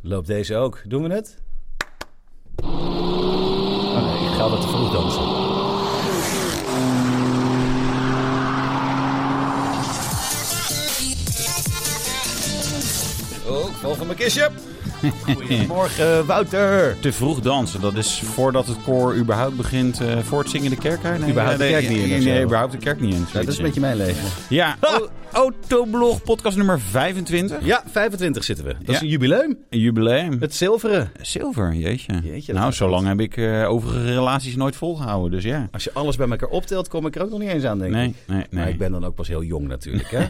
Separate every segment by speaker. Speaker 1: Loopt deze ook? Doen we het?
Speaker 2: Oh nee, ik ga dat te vroeg dansen.
Speaker 1: Oh, ik val van mijn kistje.
Speaker 2: Goedemorgen, Wouter.
Speaker 3: Te vroeg dansen, dat is voordat het koor überhaupt begint eh, voor het zingen de kerk uit. Nee,
Speaker 2: Überhaupt de
Speaker 3: nee,
Speaker 2: kerk niet in,
Speaker 3: nee,
Speaker 2: of zo.
Speaker 3: Nee, überhaupt de kerk niet in.
Speaker 2: Dat is een beetje mijn leven.
Speaker 3: Ja, o- Autoblog, podcast nummer 25.
Speaker 2: Ja, 25 zitten we. Dat is
Speaker 3: Ja.
Speaker 2: een jubileum.
Speaker 3: Een jubileum.
Speaker 2: Het zilveren.
Speaker 3: Zilver, jeetje.
Speaker 2: Jeetje, dat
Speaker 3: nou,
Speaker 2: gaat
Speaker 3: zo lang heb ik eh, overige relaties nooit volgehouden, dus ja.
Speaker 2: Als je alles bij elkaar optelt, kom ik er ook nog niet eens aan, denk
Speaker 3: Nee,
Speaker 2: ik.
Speaker 3: nee,
Speaker 2: Maar
Speaker 3: nee.
Speaker 2: ik ben dan ook pas heel jong natuurlijk, hè?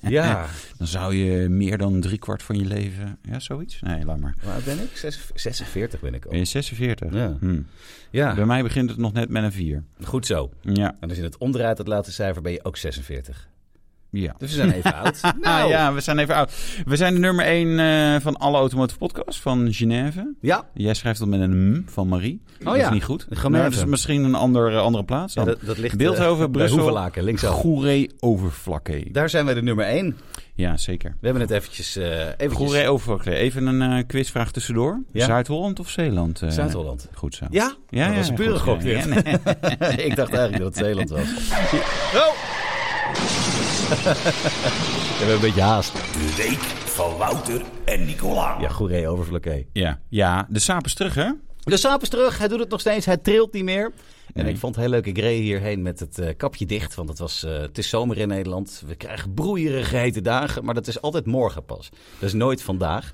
Speaker 2: ja.
Speaker 3: Dan zou je meer dan driekwart van je leven... Ja, zoiets? Nee, laat maar.
Speaker 2: Waar ben ik? Zes- 46 ben ik
Speaker 3: Ben
Speaker 2: al.
Speaker 3: je 46?
Speaker 2: Ja.
Speaker 3: Hm. Bij
Speaker 2: Ja,
Speaker 3: mij begint het nog net met een 4.
Speaker 2: goed zo.
Speaker 3: Ja.
Speaker 2: En als je het omdraait, het laatste cijfer, ben je ook 46.
Speaker 3: Ja.
Speaker 2: Dus we zijn even oud. Nou.
Speaker 3: Ah, ja, we zijn even oud. We zijn de nummer 1 van alle automotive podcasts van Genève.
Speaker 2: Ja,
Speaker 3: Jij schrijft dat met een M van Marie. dat
Speaker 2: Oh ja.
Speaker 3: is niet goed.
Speaker 2: Genève.
Speaker 3: Maar dat is misschien een andere, andere plaats.
Speaker 2: Ja,
Speaker 3: Dan.
Speaker 2: dat, dat ligt
Speaker 3: Beeldhoven,
Speaker 2: eh, bij
Speaker 3: Brussel.
Speaker 2: Hoevelaken, linksaf.
Speaker 3: Goeree Overflakke.
Speaker 2: Daar zijn wij de nummer 1.
Speaker 3: Ja, zeker.
Speaker 2: We hebben het eventjes... eh eventjes-
Speaker 3: Goeree Overflakke. Even een eh, quizvraag tussendoor.
Speaker 2: Ja.
Speaker 3: Zuid-Holland of Zeeland? eh?
Speaker 2: Zuid-Holland.
Speaker 3: Goed zo.
Speaker 2: Ja?
Speaker 3: ja,
Speaker 2: dat was een
Speaker 3: goed,
Speaker 2: pure
Speaker 3: ja.
Speaker 2: dit.
Speaker 3: Ja, nee.
Speaker 2: ik dacht eigenlijk dat het Zeeland was. Oh! We hebben een beetje haast.
Speaker 4: De week van Wouter en Nicola.
Speaker 2: Ja, goeree overvlakke.
Speaker 3: ja. ja, de saap is terug, hè?
Speaker 2: De saap is terug. Hij doet het nog steeds. Hij trilt niet meer. En
Speaker 3: Nee.
Speaker 2: ik vond het heel leuk. Ik reed hierheen met het eh, kapje dicht. Want het, was, eh, het is zomer in Nederland. We krijgen broeierige hete dagen. Maar dat is altijd morgen pas. Dat is nooit vandaag.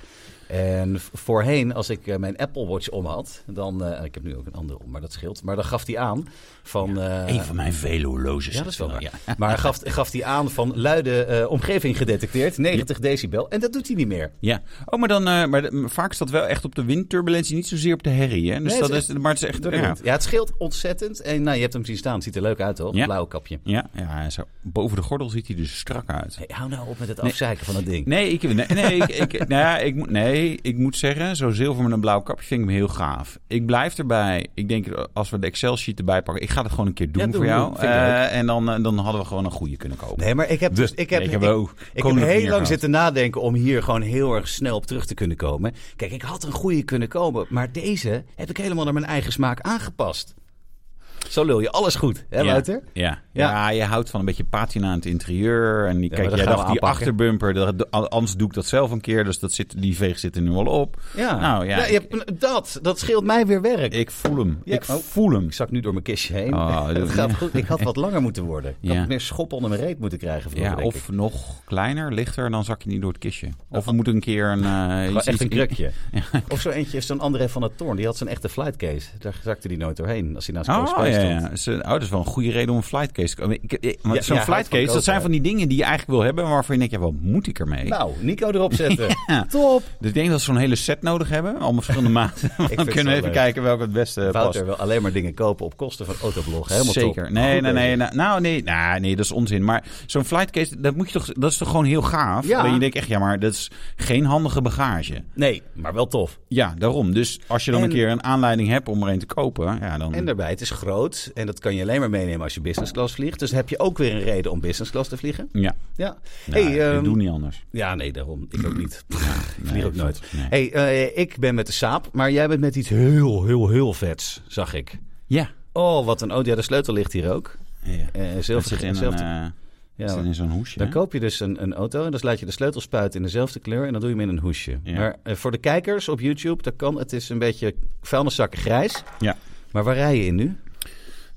Speaker 2: En v- voorheen, als ik eh, mijn Apple Watch om had, dan... eh, ik heb nu ook een andere om, maar dat scheelt. Maar dan gaf hij aan van... eh,
Speaker 3: Een van mijn vele horloges.
Speaker 2: ja, dat is wel waar.
Speaker 3: Ja.
Speaker 2: Maar gaf, gaf hij aan van luide eh, omgeving gedetecteerd, 90 decibel. En dat doet hij niet meer.
Speaker 3: Ja. Oh, maar dan, eh, maar de- m- vaak is dat wel echt op de windturbulentie, niet zozeer op de herrie, hè? Dus
Speaker 2: Nee, het
Speaker 3: dat
Speaker 2: is
Speaker 3: is, maar het is echt,
Speaker 2: Door de
Speaker 3: ja.
Speaker 2: wind. ja, het scheelt ontzettend. En nou, je hebt hem zien staan. Het ziet er leuk uit, toch?
Speaker 3: Ja.
Speaker 2: Blauwe kapje.
Speaker 3: Ja, ja, zo. boven de gordel ziet hij dus strak uit.
Speaker 2: Hey, hou nou op met het afzeiken van dat ding.
Speaker 3: Nee, ik, nee, nee, ik, ik, nou ja, ik, moet- nee, ik moet zeggen, zo zilver met een blauw kapje vind ik hem heel gaaf. Ik blijf erbij. Ik denk, als we de Excel-sheet erbij pakken, ik ga dat gewoon een keer doen
Speaker 2: Ja, doe,
Speaker 3: voor
Speaker 2: doe.
Speaker 3: jou.
Speaker 2: Vind ik leuk.
Speaker 3: Eh, en dan, eh, dan hadden we gewoon een goede kunnen kopen.
Speaker 2: Nee, maar ik heb, dus,
Speaker 3: De-
Speaker 2: ik heb,
Speaker 3: ik
Speaker 2: ik,
Speaker 3: heb
Speaker 2: ik,
Speaker 3: ook
Speaker 2: ik heb
Speaker 3: koninklijke
Speaker 2: heel
Speaker 3: hier
Speaker 2: lang
Speaker 3: gehad.
Speaker 2: zitten nadenken om hier gewoon heel erg snel op terug te kunnen komen. Kijk, ik had een goede kunnen komen, maar deze heb ik helemaal naar mijn eigen smaak aangepast. Zo lul je alles goed, hè
Speaker 3: ja,
Speaker 2: Wouter?
Speaker 3: Ja.
Speaker 2: Ja.
Speaker 3: Ja. je houdt van een beetje patina aan het interieur. En die,
Speaker 2: maar
Speaker 3: kijk,
Speaker 2: dat
Speaker 3: jij
Speaker 2: gaan we
Speaker 3: dacht die
Speaker 2: aanpakken.
Speaker 3: achterbumper, dat, anders doe ik dat zelf een keer. Dus dat zit, die veeg zit er nu al op.
Speaker 2: Ja,
Speaker 3: Nou ja,
Speaker 2: je hebt- dat, dat scheelt mij weer werk.
Speaker 3: Ik voel hem.
Speaker 2: Ja.
Speaker 3: Ik
Speaker 2: Oh.
Speaker 3: voel hem.
Speaker 2: Ik zak nu door mijn kistje heen.
Speaker 3: Oh,
Speaker 2: het
Speaker 3: dat-
Speaker 2: gaat goed. Ik had wat langer moeten worden. Ik
Speaker 3: Ja.
Speaker 2: had meer schop onder mijn reet moeten krijgen. Vroeger,
Speaker 3: Ja,
Speaker 2: denk
Speaker 3: of
Speaker 2: ik.
Speaker 3: nog kleiner, lichter, dan zak je niet door het kistje. Of we moeten een keer een... eh,
Speaker 2: Gewoon
Speaker 3: iets-
Speaker 2: echt een
Speaker 3: iets-
Speaker 2: krukje. Of zo eentje, zo'n André van het Toorn. Die had zijn echte flightcase. Daar zakte die nooit doorheen als hij naast Coach
Speaker 3: Oh,
Speaker 2: Space
Speaker 3: ja,
Speaker 2: stond.
Speaker 3: ja. Ze- oh, dat is wel een goede reden om een flightcase te kopen. Ik- ik- want
Speaker 2: Ja,
Speaker 3: Zo'n
Speaker 2: ja, houdt
Speaker 3: flightcase,
Speaker 2: van
Speaker 3: dat zijn
Speaker 2: kopen.
Speaker 3: van die dingen die je eigenlijk wil hebben... waarvan je denkt, ja, wat moet ik ermee?
Speaker 2: Nou, Nico erop zetten.
Speaker 3: Ja.
Speaker 2: Top.
Speaker 3: Dus ik denk dat ze zo'n hele set nodig hebben. Allemaal verschillende maten.
Speaker 2: vind
Speaker 3: Dan
Speaker 2: het
Speaker 3: kunnen we
Speaker 2: wel
Speaker 3: even
Speaker 2: leuk.
Speaker 3: kijken welke het beste eh, past.
Speaker 2: Wouter wil alleen maar dingen kopen op kosten van Autoblog. Helemaal
Speaker 3: Zeker.
Speaker 2: top.
Speaker 3: Nee,
Speaker 2: Goed
Speaker 3: nee,
Speaker 2: bezig.
Speaker 3: nee, nou, nou, nee, nou, nee, dat is onzin. Maar zo'n flightcase, dat, moet je toch, dat is toch gewoon heel gaaf?
Speaker 2: Ja.
Speaker 3: Dat je denkt echt, ja, maar dat is geen handige bagage.
Speaker 2: Nee, maar wel tof.
Speaker 3: Ja, daarom. Dus als je dan
Speaker 2: En-
Speaker 3: een keer een aanleiding hebt om er een te kopen, ja, dan...
Speaker 2: En daarbij, het is groot. En dat kan je alleen maar meenemen als je business class vliegt. Dus heb je ook weer een reden om business class te vliegen.
Speaker 3: ja,
Speaker 2: Ja.
Speaker 3: nou,
Speaker 2: Hey,
Speaker 3: ik
Speaker 2: ehm,
Speaker 3: doe niet anders.
Speaker 2: Ja, nee, daarom. Ik ook niet. ik
Speaker 3: Nee,
Speaker 2: vlieg ook nooit.
Speaker 3: nee.
Speaker 2: Hey, eh, ik ben met de saap, maar jij bent met iets heel, heel, heel vets, zag ik.
Speaker 3: Ja.
Speaker 2: Oh, wat een... Oh, ja, de sleutel ligt hier ook.
Speaker 3: ja.
Speaker 2: Eh,
Speaker 3: Dat
Speaker 2: zilver,
Speaker 3: zit in, een,
Speaker 2: zilver-
Speaker 3: eh,
Speaker 2: ja,
Speaker 3: zit in zo'n hoesje.
Speaker 2: Dan
Speaker 3: hè?
Speaker 2: koop je dus een, een auto en dan laat je de sleutel spuiten in dezelfde kleur en dan doe je hem in een hoesje.
Speaker 3: Ja.
Speaker 2: Maar eh, voor de kijkers op YouTube, dat kan, het is een beetje vuilniszakken grijs.
Speaker 3: Ja.
Speaker 2: Maar waar rij je in nu?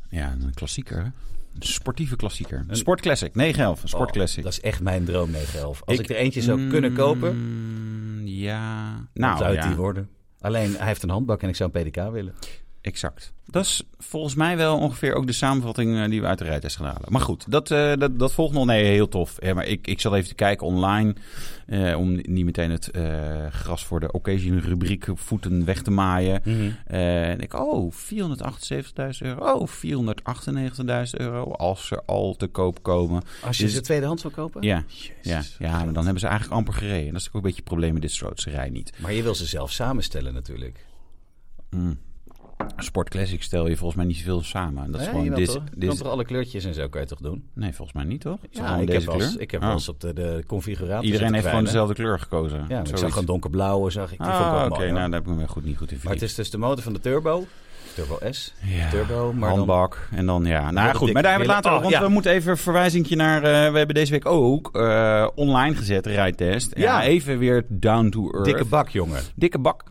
Speaker 3: ja, een klassieker. hè? Een sportieve klassieker. Een sportclassic. 911, een sportclassic.
Speaker 2: Oh, dat is echt mijn droom 911. Als ik,
Speaker 3: Ik-
Speaker 2: er eentje zou kunnen kopen,
Speaker 3: Mm, ja.
Speaker 2: dan
Speaker 3: Nou,
Speaker 2: zou het
Speaker 3: ja.
Speaker 2: die worden. Alleen, hij heeft een handbak en ik zou een PDK willen.
Speaker 3: Exact. Dat is volgens mij wel ongeveer ook de samenvatting eh, die we uit de rijtest gaan halen. Maar goed, dat, eh, dat, dat volgt nog. Nee, heel tof. Eh, maar ik, ik zat even te kijken online eh, om niet meteen het eh, gras voor de occasion rubriek op voeten weg te maaien. Eh, en ik, oh, 478.000 euro. Oh, 498.000 euro. Als ze al te koop komen.
Speaker 2: Als je
Speaker 3: Dus-
Speaker 2: ze tweedehands wil kopen?
Speaker 3: Ja, ja,
Speaker 2: Jezus.
Speaker 3: ja, maar dan hebben ze eigenlijk amper gereden. Dat is ook een beetje het probleem met dit soort rij niet.
Speaker 2: Maar je wil ze zelf samenstellen natuurlijk.
Speaker 3: Sportclassic Mm. stel je volgens mij niet zoveel samen. Dat is
Speaker 2: Hè,
Speaker 3: gewoon...
Speaker 2: jawel
Speaker 3: Dit,
Speaker 2: toch? Je
Speaker 3: dit,
Speaker 2: kan toch alle kleurtjes en zo kan je toch doen?
Speaker 3: nee, volgens mij niet, toch? Het is
Speaker 2: Ja,
Speaker 3: gewoon
Speaker 2: ik heb,
Speaker 3: deze
Speaker 2: wel eens,
Speaker 3: kleur?
Speaker 2: ik heb
Speaker 3: Oh.
Speaker 2: wel eens dus op de, de configuratie zitten
Speaker 3: Iedereen heeft
Speaker 2: kwijlen.
Speaker 3: gewoon dezelfde kleur gekozen.
Speaker 2: Ja, maar ik
Speaker 3: Zoiets.
Speaker 2: zag een donkerblauwe, zag ik. Die vond ik
Speaker 3: Ah,
Speaker 2: wel
Speaker 3: oké.
Speaker 2: mooi, hoor.
Speaker 3: nou, daar heb ik me weer goed, niet goed in
Speaker 2: Maar het
Speaker 3: verdiept.
Speaker 2: is dus de motor van de turbo. Turbo S.
Speaker 3: Ja,
Speaker 2: turbo, maar dan-
Speaker 3: handbak. En dan, ja. Nou ja,
Speaker 2: wordt
Speaker 3: goed,
Speaker 2: het
Speaker 3: maar daar hebben we het
Speaker 2: dik.
Speaker 3: later over.
Speaker 2: Oh,
Speaker 3: Want
Speaker 2: ja.
Speaker 3: we moeten even een verwijzingje naar... eh, we hebben deze week ook eh, online gezet, de rijtest. Ja.
Speaker 2: Ja.
Speaker 3: even weer down to earth.
Speaker 2: Dikke bak, jongen.
Speaker 3: Dikke bak.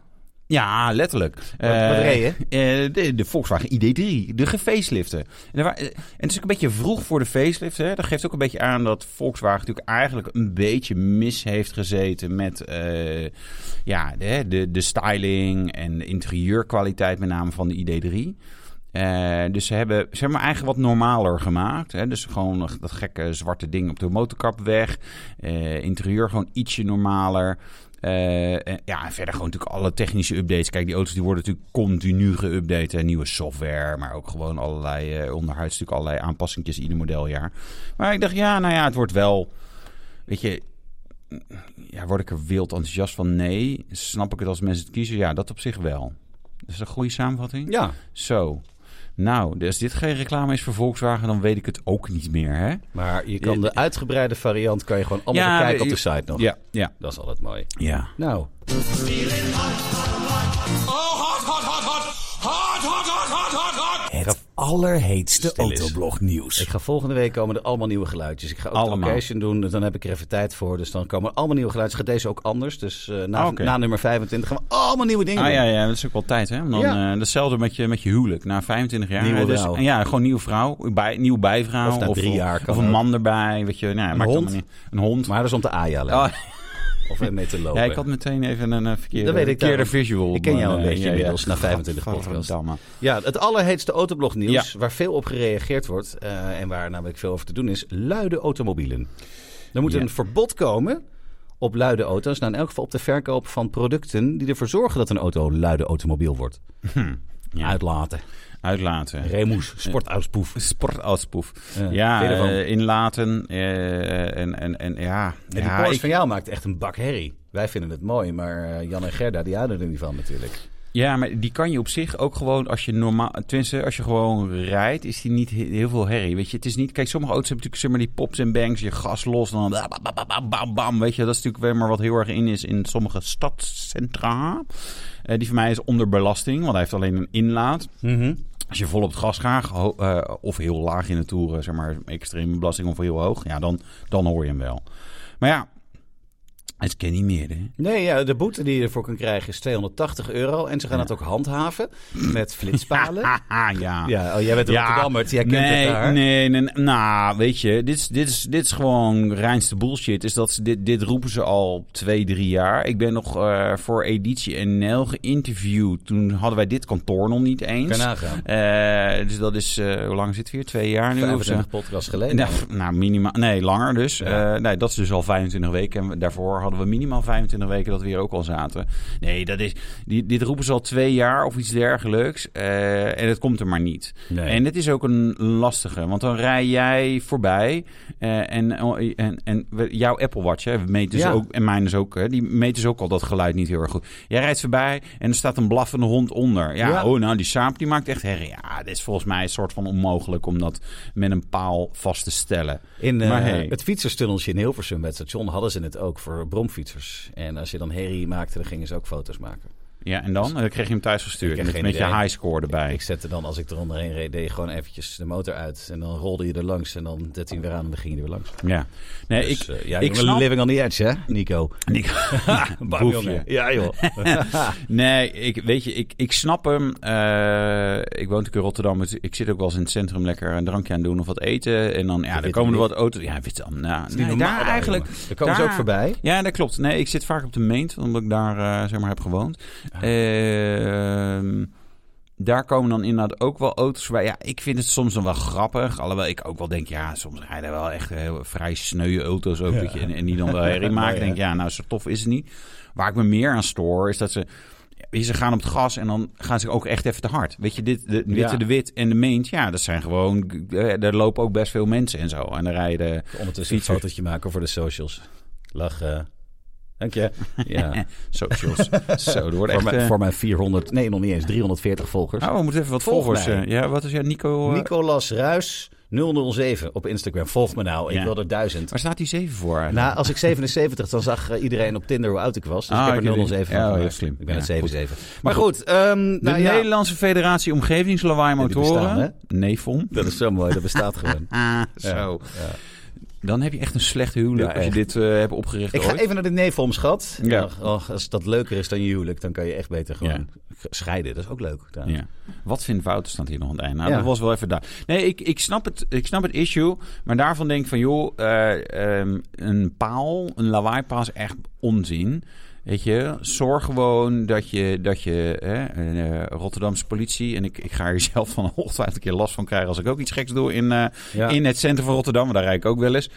Speaker 3: Ja, letterlijk. Eh, Wat,
Speaker 2: wat reed je?
Speaker 3: de, de Volkswagen ID3, de gefacelift'en. En, er wa- eh, en het is ook een beetje vroeg voor de facelift. Hè? Dat geeft ook een beetje aan dat Volkswagen natuurlijk eigenlijk een beetje mis heeft gezeten met eh, ja, de, de, de styling en de interieurkwaliteit met name van de ID3. Eh, dus ze hebben ze hebben hem eigenlijk wat normaler gemaakt. Hè? Dus gewoon nog dat gekke zwarte ding op de motorkap weg. Eh, interieur gewoon ietsje normaler. Eh, en ja, en verder gewoon natuurlijk alle technische updates. Kijk, die auto's die worden natuurlijk continu geüpdate. hè. Nieuwe software, maar ook gewoon allerlei eh onderhuids natuurlijk allerlei aanpassingjes ieder modeljaar. Maar ik dacht, ja, nou ja, het wordt wel... Weet je, ja, word ik er wild enthousiast van? Nee. Snap ik het als mensen het kiezen? Ja, dat op zich wel. Is dat een goede samenvatting?
Speaker 2: Ja.
Speaker 3: Zo. Nou, dus als dit geen reclame is voor Volkswagen, dan weet ik het ook niet meer, hè?
Speaker 2: Maar je kan de uitgebreide variant kan je gewoon allemaal
Speaker 3: Ja,
Speaker 2: bekijken op
Speaker 3: je-
Speaker 2: de site nog.
Speaker 3: Ja, ja,
Speaker 2: Dat is altijd mooi.
Speaker 3: ja.
Speaker 2: Nou,
Speaker 4: Het allerheetste autoblog nieuws.
Speaker 2: ik ga volgende week komen er allemaal nieuwe geluidjes. Ik ga ook
Speaker 3: Allemaal.
Speaker 2: de occasion doen, dus dan heb ik er even tijd voor. Dus dan komen er allemaal nieuwe geluidjes. Gaat deze ook anders. Dus eh, na,
Speaker 3: Ah, oké.
Speaker 2: na nummer 25 gaan we allemaal nieuwe dingen
Speaker 3: Ah
Speaker 2: doen.
Speaker 3: ja, ja, dat is ook wel tijd, hè? Om Dan,
Speaker 2: Ja.
Speaker 3: eh, datzelfde met je, met je huwelijk. Na 25 jaar.
Speaker 2: Nieuwe
Speaker 3: hè, dus,
Speaker 2: vrouw.
Speaker 3: Ja, gewoon nieuwe vrouw. Bij, nieuw bijvrouw.
Speaker 2: Of na drie jaar kan
Speaker 3: Of een
Speaker 2: ook.
Speaker 3: man erbij. Weet je, nou, ja, maakt
Speaker 2: hond?
Speaker 3: allemaal niet- Een hond.
Speaker 2: Maar dat is om te aaien alleen.
Speaker 3: Oh,
Speaker 2: Of even mee te lopen.
Speaker 3: ja, ik had meteen even een eh, verkeerde,
Speaker 2: Dat weet ik
Speaker 3: verkeerde
Speaker 2: daarom.
Speaker 3: visual.
Speaker 2: Ik ken jou
Speaker 3: maar,
Speaker 2: een
Speaker 3: eh,
Speaker 2: beetje
Speaker 3: ja, ja.
Speaker 2: inmiddels na 25 podcasts.
Speaker 3: Gadverdamme.
Speaker 2: Ja, het allerheetste autoblognieuws, waar veel op gereageerd wordt eh, en waar namelijk veel over te doen is, luide automobielen. Er moet
Speaker 3: Ja.
Speaker 2: een verbod komen op luide auto's, nou in elk geval op de verkoop van producten die ervoor zorgen dat een auto een luide automobiel wordt. Hm,
Speaker 3: ja.
Speaker 2: Uitlaten.
Speaker 3: Uitlaten.
Speaker 2: Remoes, sportuitpoef.
Speaker 3: Sportalspoef.
Speaker 2: Ja,
Speaker 3: Ja,
Speaker 2: vind je ervan?
Speaker 3: eh, inlaten. eh, en, en, en ja.
Speaker 2: En die
Speaker 3: ja,
Speaker 2: Porsche
Speaker 3: ik-
Speaker 2: van jou maakt echt een bak herrie. Wij vinden het mooi, maar eh, Jan en Gerda die houden er niet van natuurlijk.
Speaker 3: Ja, maar die kan je op zich ook gewoon als je normaal, tenminste als je gewoon rijdt, is die niet he- heel veel herrie. Weet je, het is niet. Kijk, sommige auto's hebben natuurlijk zeg maar die pops en bangs, je gas los en dan bam, bam, bam, bam, bam, bam. Weet je, dat is natuurlijk weer maar wat heel erg in is in sommige stadscentra. Eh, die van mij is onder belasting, want hij heeft alleen een inlaat. Als je vol op het gas gaat, ho- eh, of heel laag in de toeren, zeg maar extreme belasting of heel hoog, ja, dan, dan hoor je hem wel. Maar ja, het ken niet meer, hè?
Speaker 2: Nee, ja, de boete die je ervoor kan krijgen is 280 euro. En ze gaan het ook handhaven met flitspalen.
Speaker 3: Haha, ja.
Speaker 2: Ja, oh, jij bent een Rotterdammert, jij kent
Speaker 3: nee,
Speaker 2: het daar.
Speaker 3: Nee, nee, nee. nou, weet je, dit is, dit, is, dit is gewoon reinste bullshit. Is dat ze dit, dit roepen ze al twee, drie jaar. Ik ben nog eh, voor Editie NL geïnterviewd. Toen hadden wij dit kantoor nog niet eens.
Speaker 2: Kan je nagaan.
Speaker 3: Eh, dus dat is, eh, hoe lang is het weer? Twee jaar nu of zo?
Speaker 2: 25 podcasts geleden.
Speaker 3: Nou, pff, nou, minimaal. Nee, langer dus. Eh, nee, dat is dus al 25 weken. En we- daarvoor hadden we minimaal 25 weken dat we hier ook al zaten. Nee, dat is, die, dit roepen ze al twee jaar of iets dergelijks. eh, en het komt er maar niet.
Speaker 2: Nee.
Speaker 3: En het is ook een lastige. Want dan rij jij voorbij. eh, en, en, en we- jouw Apple Watch, hè, meet dus
Speaker 2: Ja.
Speaker 3: ook, en mijn is ook, hè, die meet dus ook al dat geluid niet heel erg goed. Jij rijdt voorbij en er staat een blaffende hond onder. Ja,
Speaker 2: Ja.
Speaker 3: oh, nou, die saap die maakt echt herrie. Ja, dit is volgens mij een soort van onmogelijk om dat met een paal vast te stellen.
Speaker 2: In eh,
Speaker 3: Maar hey.
Speaker 2: het fietserstunneltje in Hilversum bij het station hadden ze het ook voor bromfietsers. En als je dan herrie maakte, dan gingen ze ook foto's maken.
Speaker 3: Ja, en dan? En dan kreeg je hem thuis gestuurd
Speaker 2: Dus- Ik heb
Speaker 3: met,
Speaker 2: geen
Speaker 3: met je
Speaker 2: idee.
Speaker 3: highscore erbij.
Speaker 2: Ik zette dan, als ik er onderheen reed, deed ik gewoon eventjes de motor uit. En dan rolde je er langs en dan zette hij hem weer aan en dan ging je er weer langs.
Speaker 3: Ja. Nee,
Speaker 2: Dus,
Speaker 3: ik,
Speaker 2: eh, ja,
Speaker 3: ik
Speaker 2: jongen,
Speaker 3: snap...
Speaker 2: living on the edge, hè, Nico?
Speaker 3: Ik-
Speaker 2: Bam,
Speaker 3: Boefje.
Speaker 2: jongen. Ja, joh.
Speaker 3: Nee, ik, weet je, ik, ik snap hem. Eh, ik woon natuurlijk in Rotterdam. dus Ik zit ook wel eens in het centrum lekker een drankje aan doen of wat eten. En dan, ja, dan
Speaker 2: Witte
Speaker 3: komen er
Speaker 2: Wit.
Speaker 3: wat auto's. Ja, wit dan. Nou,
Speaker 2: niet
Speaker 3: nee,
Speaker 2: normaal
Speaker 3: daar
Speaker 2: daar,
Speaker 3: eigenlijk.
Speaker 2: jongen. Daar komen ze
Speaker 3: daar-
Speaker 2: ook voorbij.
Speaker 3: Ja, dat klopt. Nee, ik zit vaak op de Meent, omdat ik daar eh, zeg maar heb gewoond. Ehm, daar komen dan inderdaad ook wel auto's bij. Ja, ik vind het soms dan wel grappig. Alhoewel ik ook wel denk, ja, soms rijden wel echt heel vrij sneuwe auto's ook. weet je, en, en die dan wel herrie maken.
Speaker 2: Mooi, hè?
Speaker 3: denk, ja, nou, zo tof is het niet. Waar ik me meer aan stoor, is dat ze... ja, Ze gaan op het gas en dan gaan ze ook echt even te hard. Weet je, dit, de Witte
Speaker 2: Ja.
Speaker 3: de Wit en de Meent, ja, dat zijn gewoon... eh, Daar lopen ook best veel mensen en zo. En dan rijden...
Speaker 2: Ondertussen een
Speaker 3: Fietsers.
Speaker 2: fotootje maken voor de socials. Lachen. Dank je. Ja.
Speaker 3: Socials. Zo, er wordt
Speaker 2: voor,
Speaker 3: echt...
Speaker 2: mijn,
Speaker 3: eh,
Speaker 2: voor mijn 400, nee, nog niet eens 340 volgers.
Speaker 3: Oh, we moeten even wat
Speaker 2: Volg
Speaker 3: volgers...
Speaker 2: mij.
Speaker 3: eh, ja, wat is jij, Nico? eh,
Speaker 2: Nicolas Ruis 007 op Instagram. Volg me nou, ik
Speaker 3: Ja.
Speaker 2: wil er duizend.
Speaker 3: Waar staat die 7 voor? eigenlijk?
Speaker 2: Nou, als ik 77, dan zag eh, iedereen op Tinder hoe oud ik was. Dus
Speaker 3: Ah,
Speaker 2: ik heb
Speaker 3: oké,
Speaker 2: er
Speaker 3: die-
Speaker 2: 007
Speaker 3: ja,
Speaker 2: van
Speaker 3: heel
Speaker 2: gemaakt.
Speaker 3: slim.
Speaker 2: Ik ben
Speaker 3: Ja,
Speaker 2: het 77. Maar
Speaker 3: Maar
Speaker 2: goed, ehm,
Speaker 3: de
Speaker 2: nou ja,
Speaker 3: Nederlandse Federatie Omgevingslawaai
Speaker 2: die bestaan, hè?
Speaker 3: Motoren. Neefom.
Speaker 2: dat is zo mooi. Dat bestaat gewoon.
Speaker 3: Ah, zo. Dan heb je echt een slecht huwelijk
Speaker 2: Ja,
Speaker 3: als je
Speaker 2: echt.
Speaker 3: dit eh, hebt opgericht
Speaker 2: Ik ga
Speaker 3: ooit.
Speaker 2: even naar de neefom, schat.
Speaker 3: Ja.
Speaker 2: Och, och, als dat leuker is dan je huwelijk, dan kan je echt beter gewoon scheiden. Dat is ook leuk. trouwens.
Speaker 3: Ja. Wat vindt Wouter staat hier nog aan het einde? Nou,
Speaker 2: Ja.
Speaker 3: dat was wel even daar. Nee, ik, ik, snap het, ik snap het issue. Maar daarvan denk ik van, joh, eh, ehm, een paal, een lawaaipaal is echt onzin. Weet je, zorg gewoon dat je, dat je hè, een, eh, Rotterdamse politie... en ik, ik ga hier zelf van ongetwijfeld een keer last van krijgen... als ik ook iets geks doe in, eh,
Speaker 2: Ja.
Speaker 3: in het centrum van Rotterdam. want Daar rijd ik ook wel eens.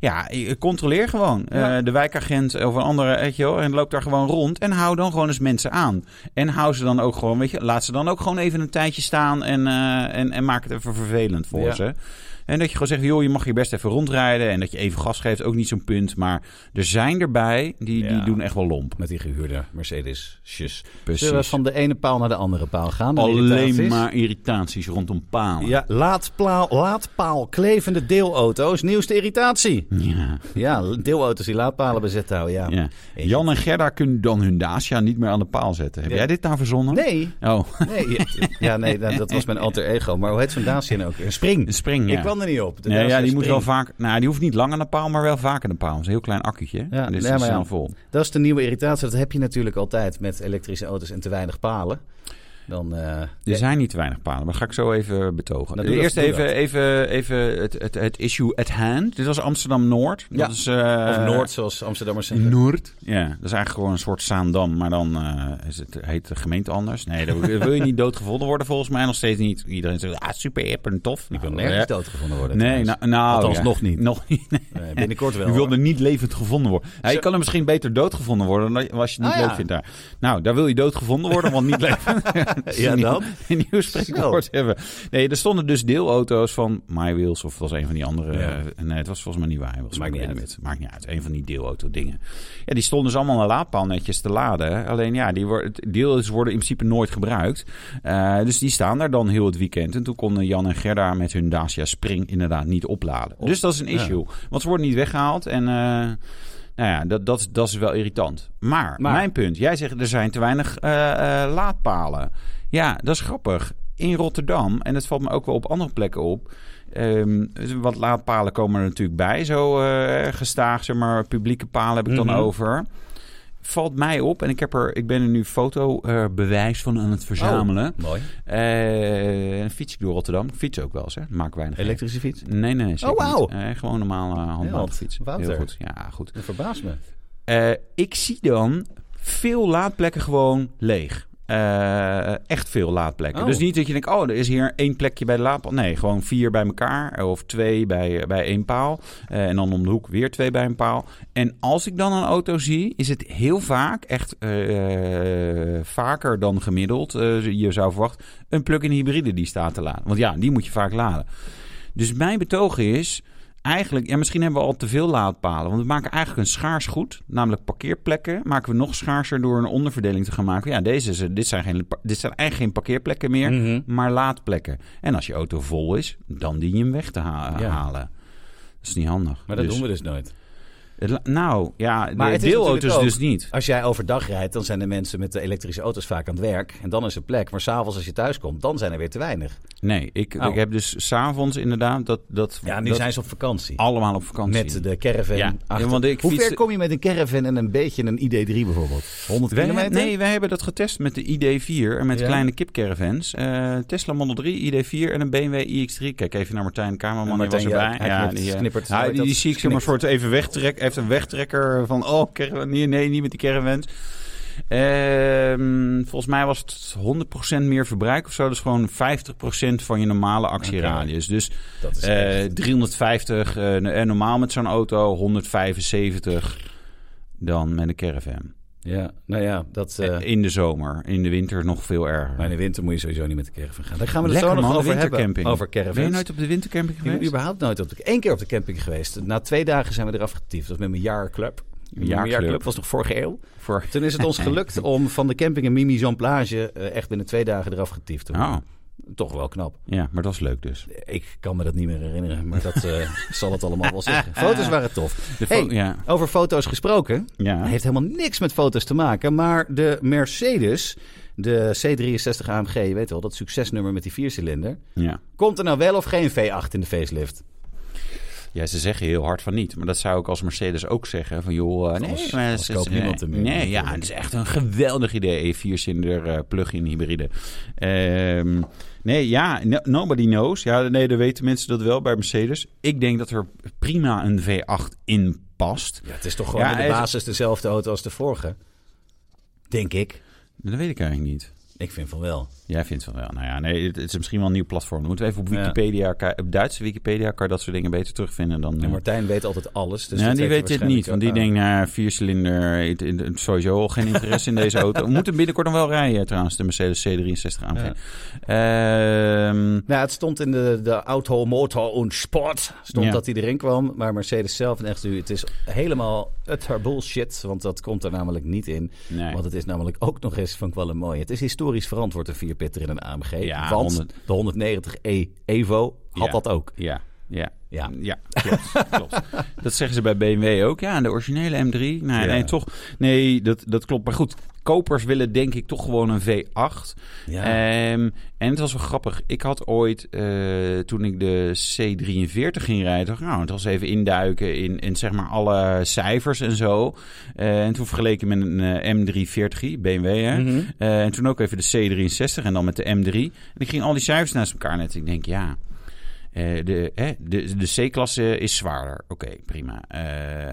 Speaker 3: Ja, eh, controleer gewoon.
Speaker 2: Ja.
Speaker 3: Eh, de wijkagent of een andere, weet je wel, en loop daar gewoon rond. En hou dan gewoon eens mensen aan. En hou ze dan ook gewoon, weet je, laat ze dan ook gewoon even een tijdje staan. En, eh, en, en maak het even vervelend voor
Speaker 2: Ja.
Speaker 3: ze. En dat je gewoon zegt, joh, je mag hier best even rondrijden. En dat je even gas geeft, ook niet zo'n punt. Maar er zijn erbij, die, die
Speaker 2: Ja.
Speaker 3: doen echt wel lomp.
Speaker 2: Met die gehuurde Mercedes-sjes. Zullen we
Speaker 3: Precies.
Speaker 2: van de ene paal naar de andere paal gaan? Naar de
Speaker 3: Alleen
Speaker 2: irritaties?
Speaker 3: maar irritaties rondom palen.
Speaker 2: Ja, laadplaal, laadpaal klevende deelauto's. Nieuwste irritatie.
Speaker 3: ja.
Speaker 2: Ja, deelauto's die laadpalen bezet houden. Ja.
Speaker 3: Ja. Jan en Gerda kunnen dan hun Dacia niet meer aan de paal zetten. Heb
Speaker 2: Ja.
Speaker 3: jij dit nou verzonnen?
Speaker 2: Nee,
Speaker 3: Oh,
Speaker 2: nee. ja, Ja, nee, nou, dat was mijn alter ego. Maar hoe heet zo'n Dacia nou ook? weer? Een
Speaker 3: een
Speaker 2: spring.
Speaker 3: spring, ja.
Speaker 2: Ik kwam er niet op. De
Speaker 3: Nee,
Speaker 2: Dacia
Speaker 3: ja, die moet
Speaker 2: Spring.
Speaker 3: wel vaak... Nou, die hoeft niet lang aan de paal, maar wel vaak aan de paal. Het is een heel klein accu'tje. hè?
Speaker 2: Ja,
Speaker 3: dus
Speaker 2: ja,
Speaker 3: het is
Speaker 2: maar ja.
Speaker 3: snel vol.
Speaker 2: Dat is de nieuwe irritatie. Dat heb je natuurlijk altijd met elektrische auto's en te weinig palen. Dan, eh,
Speaker 3: Er zijn niet te weinig palen, maar dat ga ik zo even betogen.
Speaker 2: Nou, doe
Speaker 3: Eerst
Speaker 2: dat, doe
Speaker 3: even, even, even het, het, het issue at hand. Dit was Amsterdam-Noord. Dat
Speaker 2: Ja.
Speaker 3: is, eh,
Speaker 2: of Noord, zoals Amsterdammers zeggen.
Speaker 3: Noord. Ja, dat is eigenlijk gewoon een soort Zaandam, maar dan eh, is het, heet de gemeente anders. Nee, dan wil je niet doodgevonden worden volgens mij. Nog steeds niet. Iedereen zegt, ah, super hip en tof.
Speaker 2: Ik wil
Speaker 3: Nou,
Speaker 2: nergens
Speaker 3: eh,
Speaker 2: doodgevonden worden.
Speaker 3: Nee,
Speaker 2: trouwens.
Speaker 3: nou, nou
Speaker 2: Althans,
Speaker 3: ja.
Speaker 2: nog niet.
Speaker 3: Nog niet. nee.
Speaker 2: Nee, binnenkort wel.
Speaker 3: Je
Speaker 2: hoor.
Speaker 3: wilde niet levend gevonden worden. Ja, je kan er misschien beter doodgevonden worden dan als je het niet
Speaker 2: Ah, ja.
Speaker 3: leuk vindt daar. Nou, daar wil je doodgevonden worden, want niet levend. Dat is
Speaker 2: Ja,
Speaker 3: een nieuw-
Speaker 2: dan?
Speaker 3: Een nieuw spreekwoord hebben. Nee, er stonden dus deelauto's van MyWheels of was een van die andere.
Speaker 2: Ja.
Speaker 3: eh, Nee, het was volgens mij niet MyWheels.
Speaker 2: Maakt niet
Speaker 3: Ik weet
Speaker 2: uit.
Speaker 3: het. Maakt niet uit. Een van die deelauto dingen. Ja, die stonden dus allemaal aan de laadpaal netjes te laden. Alleen ja, die wor- deelauto's worden in principe nooit gebruikt. Eh, dus die staan daar dan heel het weekend. En toen konden Jan en Gerda met hun Dacia Spring inderdaad niet opladen. Dus dat is een issue. Want ze worden niet weggehaald. En eh, nou ja, dat, dat, is- dat is wel irritant. Maar,
Speaker 2: Maar-
Speaker 3: mijn punt. Jij zegt er zijn te weinig eh, eh, laadpalen. Ja, dat is grappig. In Rotterdam, en dat valt me ook wel op andere plekken op. ehm, wat laadpalen komen er natuurlijk bij. Zo eh, gestaag, zeg maar, publieke palen heb ik dan
Speaker 2: Mhm.
Speaker 3: over. Valt mij op, en ik, heb er, ik ben er nu fotobewijs van aan het verzamelen.
Speaker 2: Oh, Mooi.
Speaker 3: Eh, dan fiets ik door Rotterdam. Ik fiets ook wel eens, hè. Maak weinig uit.
Speaker 2: Elektrische fiets.
Speaker 3: Nee, nee, zeker
Speaker 2: Oh, wauw.
Speaker 3: niet. Eh, gewoon normaal eh handmaatfiets.
Speaker 2: Heel wat,
Speaker 3: Heel
Speaker 2: Wouter.
Speaker 3: goed. Ja, goed.
Speaker 2: Dat verbaast me.
Speaker 3: Eh, ik zie dan veel laadplekken gewoon leeg. Eh, echt veel laadplekken.
Speaker 2: Oh.
Speaker 3: Dus niet dat je denkt, oh, er is hier één plekje bij de laadpaal. Nee, gewoon vier bij elkaar of twee bij, bij één paal. Eh, en dan om de hoek weer twee bij een paal. En als ik dan een auto zie, is het heel vaak, echt eh, vaker dan gemiddeld, eh, je zou verwachten, een plug-in hybride die staat te laden. Want ja, die moet je vaak laden. Dus mijn betoog is eigenlijk, ja, misschien hebben we al te veel laadpalen. Want we maken eigenlijk een schaars goed, namelijk parkeerplekken, maken we nog schaarser door een onderverdeling te gaan maken. Ja, deze is, dit, zijn geen, dit zijn eigenlijk geen parkeerplekken meer,
Speaker 2: Mhm.
Speaker 3: maar laadplekken. En als je auto vol is, dan dien je hem weg te ha-
Speaker 2: Ja.
Speaker 3: halen. Dat is niet handig.
Speaker 2: Maar dat
Speaker 3: Dus-
Speaker 2: doen we dus nooit.
Speaker 3: het la- nou, ja,
Speaker 2: Maar
Speaker 3: de
Speaker 2: het is
Speaker 3: deelauto's
Speaker 2: natuurlijk
Speaker 3: dus niet.
Speaker 2: Als jij overdag rijdt, dan zijn de mensen met de elektrische auto's vaak aan het werk. En dan is er plek. Maar s'avonds als je thuis komt, dan zijn er weer te weinig.
Speaker 3: Nee, ik,
Speaker 2: Oh.
Speaker 3: ik heb dus s'avonds inderdaad dat, dat,
Speaker 2: Ja, nu
Speaker 3: dat
Speaker 2: zijn ze op vakantie.
Speaker 3: allemaal op vakantie.
Speaker 2: Met de caravan
Speaker 3: Ja,
Speaker 2: achter.
Speaker 3: ja, want ik
Speaker 2: Hoe ver
Speaker 3: fietste-
Speaker 2: kom je met een caravan en een beetje een ID3 bijvoorbeeld? 100
Speaker 3: Wij
Speaker 2: kilometer?
Speaker 3: hebben- nee, wij hebben dat getest met de ID4 en met
Speaker 2: Ja.
Speaker 3: kleine kipcaravans. Eh, Tesla Model 3, ID4 en een BMW iX3. Kijk even naar Martijn Kamerman,
Speaker 2: Martijn,
Speaker 3: die was
Speaker 2: ja,
Speaker 3: erbij.
Speaker 2: hij knipt,
Speaker 3: die, eh,
Speaker 2: knippert.
Speaker 3: hij-
Speaker 2: Hoe heet
Speaker 3: die,
Speaker 2: dat?
Speaker 3: zie ik zomaar
Speaker 2: Knipt.
Speaker 3: soort even wegtrek, heeft een wegtrekker van oh, caravan, nee, nee, niet met die caravans. Ehm, volgens mij was het 100% meer verbruik of zo. Dus gewoon 50% van je normale actieradius. Dus
Speaker 2: Dat is
Speaker 3: eh,
Speaker 2: echt-
Speaker 3: 350, eh, n- eh, normaal met zo'n auto 175 dan met een caravan.
Speaker 2: Ja, nou ja, dat... eh,
Speaker 3: Eh, In de zomer. In de winter nog veel erger.
Speaker 2: maar in de winter moet je sowieso niet met de caravan gaan. Daar gaan we het
Speaker 3: Lekker,
Speaker 2: zo nog
Speaker 3: man, de
Speaker 2: over hebben.
Speaker 3: wintercamping.
Speaker 2: Over caravans.
Speaker 3: ben je nooit op de wintercamping
Speaker 2: Ik ben
Speaker 3: geweest?
Speaker 2: überhaupt nooit op de Eén keer op de camping geweest. Na twee dagen zijn we eraf getiefd. Dat was met mijn jaarclub. De Jaarclub was nog vorige eeuw.
Speaker 3: Voor...
Speaker 2: Toen is het ons gelukt om van de camping een Mimi Jean Plage eh, echt binnen twee dagen eraf getiefd te worden.
Speaker 3: Oh,
Speaker 2: Toch wel knap.
Speaker 3: ja, maar dat is leuk dus.
Speaker 2: Ik kan me dat niet meer herinneren, maar dat eh, zal het allemaal wel zeggen. Foto's waren tof.
Speaker 3: De
Speaker 2: Hey,
Speaker 3: fo- ja.
Speaker 2: over foto's gesproken.
Speaker 3: Ja.
Speaker 2: Heeft helemaal niks met foto's te maken. Maar de Mercedes, de C63 AMG, je weet wel, dat succesnummer met die viercilinder.
Speaker 3: ja.
Speaker 2: Komt er nou wel of geen V8 in de facelift?
Speaker 3: Ja, ze zeggen heel hard van niet. Maar dat zou ik als Mercedes ook zeggen. Van joh, eh, nee,
Speaker 2: Als-
Speaker 3: maar
Speaker 2: als
Speaker 3: ze-
Speaker 2: koopt
Speaker 3: ze-
Speaker 2: niemand hem meer,
Speaker 3: Nee, ja,
Speaker 2: natuurlijk.
Speaker 3: het is echt een geweldig idee. E4-cinder plug-in hybride. Ehm, nee, ja, no- nobody knows. Ja, nee, dan weten mensen dat wel bij Mercedes. Ik denk dat er prima een V8 in past.
Speaker 2: Ja, het is toch gewoon
Speaker 3: Ja,
Speaker 2: in de
Speaker 3: hij is-
Speaker 2: basis dezelfde auto als de vorige. Denk ik.
Speaker 3: Dat weet ik eigenlijk niet.
Speaker 2: Ik vind van wel.
Speaker 3: Jij vindt van wel. Nou ja, nee, het, het is misschien wel een nieuw platform. Dan moeten we even op Wikipedia, ki- op Duitse Wikipedia, kan je dat soort dingen beter terugvinden dan.
Speaker 2: En
Speaker 3: eh,
Speaker 2: Martijn weet altijd alles. Dus
Speaker 3: ja,
Speaker 2: dat
Speaker 3: die
Speaker 2: hij
Speaker 3: weet dit
Speaker 2: waarschijnlijk
Speaker 3: niet. Want die
Speaker 2: ook- eh.
Speaker 3: denkt, nou, viercilinder, het- het- het- sowieso al geen interesse in deze auto. We moeten hem binnenkort nog wel rijden eh, trouwens, de Mercedes C63 AMG. Ehm,
Speaker 2: Nou, het stond in de, de Auto, Motor en Sport. Stond
Speaker 3: Ja.
Speaker 2: dat hij erin kwam. Maar Mercedes zelf en echt, het is helemaal utter bullshit. Want dat komt er namelijk niet in.
Speaker 3: Nee.
Speaker 2: Want het is namelijk ook nog eens van kwallen mooi. Het is historisch verantwoord een vierpitter in een AMG.
Speaker 3: Ja,
Speaker 2: want
Speaker 3: 100
Speaker 2: de 190 E Evo had
Speaker 3: Ja.
Speaker 2: dat ook.
Speaker 3: ja, ja.
Speaker 2: Ja.
Speaker 3: Ja, klopt, klopt. Dat zeggen ze bij BMW ook. Ja, en de originele M3. Nee, nee toch. Nee, dat, dat klopt. Maar goed, kopers willen denk ik toch gewoon een V8.
Speaker 2: Ja.
Speaker 3: Ehm, en het was wel grappig. Ik had ooit, eh, toen ik de C43 ging rijden, dacht ik, nou, het was even induiken in, in zeg maar alle cijfers en zo. Eh, en toen vergeleken met een eh, M340i, BMW. Hè?
Speaker 2: Mhm.
Speaker 3: Eh, en toen ook even de C63 en dan met de M3. En ik ging al die cijfers naast elkaar net. Ik denk, ja, eh, de, hè, de, de C-klasse is zwaarder. Oké, prima. Eh,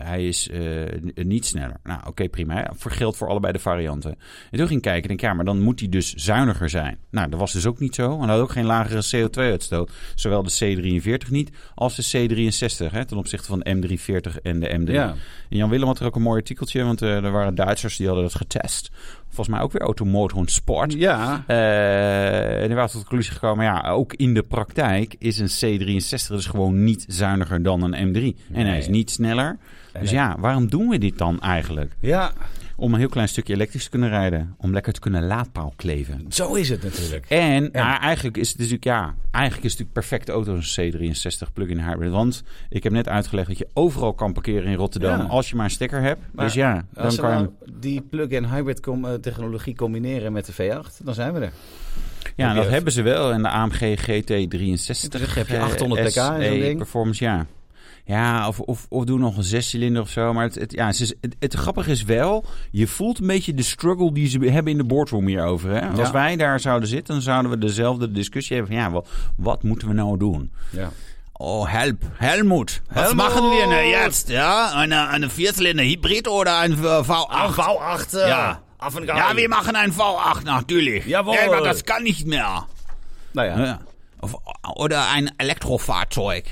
Speaker 3: hij is eh, n- niet sneller. Nou, oké, prima. Ja, voor geldt voor allebei de varianten. En toen ging ik kijken, denk ik, ja, maar dan moet hij dus zuiniger zijn. Nou, dat was dus ook niet zo. Want hij had ook geen lagere CO2-uitstoot. Zowel de C43 niet als de C63 hè, ten opzichte van de M340 en de M3.
Speaker 2: Ja.
Speaker 3: En Jan Willem had er ook een mooi artikeltje, want eh, er waren Duitsers die hadden dat getest. Volgens mij ook weer Automotor en Sport.
Speaker 2: Ja.
Speaker 3: Eh, en er was tot de conclusie gekomen, ja, ook in de praktijk is een C63 dus gewoon niet zuiniger dan een M3. En hij is niet sneller. Dus ja, waarom doen we dit dan eigenlijk?
Speaker 2: Ja,
Speaker 3: Om een heel klein stukje elektrisch te kunnen rijden. Om lekker te kunnen laadpaal kleven.
Speaker 2: zo is het natuurlijk.
Speaker 3: En maar eigenlijk is het natuurlijk, ja, eigenlijk is het natuurlijk perfecte auto een C63 plug-in hybrid. Want ik heb net uitgelegd dat je overal kan parkeren in Rotterdam
Speaker 2: Ja.
Speaker 3: als je maar een stekker hebt.
Speaker 2: Maar
Speaker 3: dus ja, dan
Speaker 2: Als we
Speaker 3: kan je...
Speaker 2: nou
Speaker 3: hem-
Speaker 2: die plug-in hybrid com- eh, technologie combineren met de V8, dan zijn we er.
Speaker 3: Ja,
Speaker 2: heb
Speaker 3: dat
Speaker 2: je-
Speaker 3: hebben ze wel. En de AMG GT63.
Speaker 2: Terug heb je
Speaker 3: eh,
Speaker 2: 800 pk en zo'n
Speaker 3: SE
Speaker 2: ding.
Speaker 3: Performance, ja. Ja, of, of, of doe nog een zescilinder of zo. Maar het, het, ja, het, is- het, het grappige is wel, je voelt een beetje de struggle die ze hebben in de boardroom hierover. Hè? Als wij daar zouden zitten, dan zouden we dezelfde discussie hebben van ja, wat, wat moeten we nou doen?
Speaker 2: Ja.
Speaker 3: Oh, help, Helmut.
Speaker 2: Helmut.
Speaker 3: jetzt? Ja, eh, eine, eine Vierzylinder Hybrid oder ein V8?
Speaker 2: V8.
Speaker 3: Ja.
Speaker 2: af en
Speaker 3: Ja, wir machen ein V8 natürlich.
Speaker 2: Jawohl.
Speaker 3: Ja, aber das kann nicht mehr.
Speaker 2: Nou ja.
Speaker 3: Ja. Of, oder ein Elektrofahrzeug.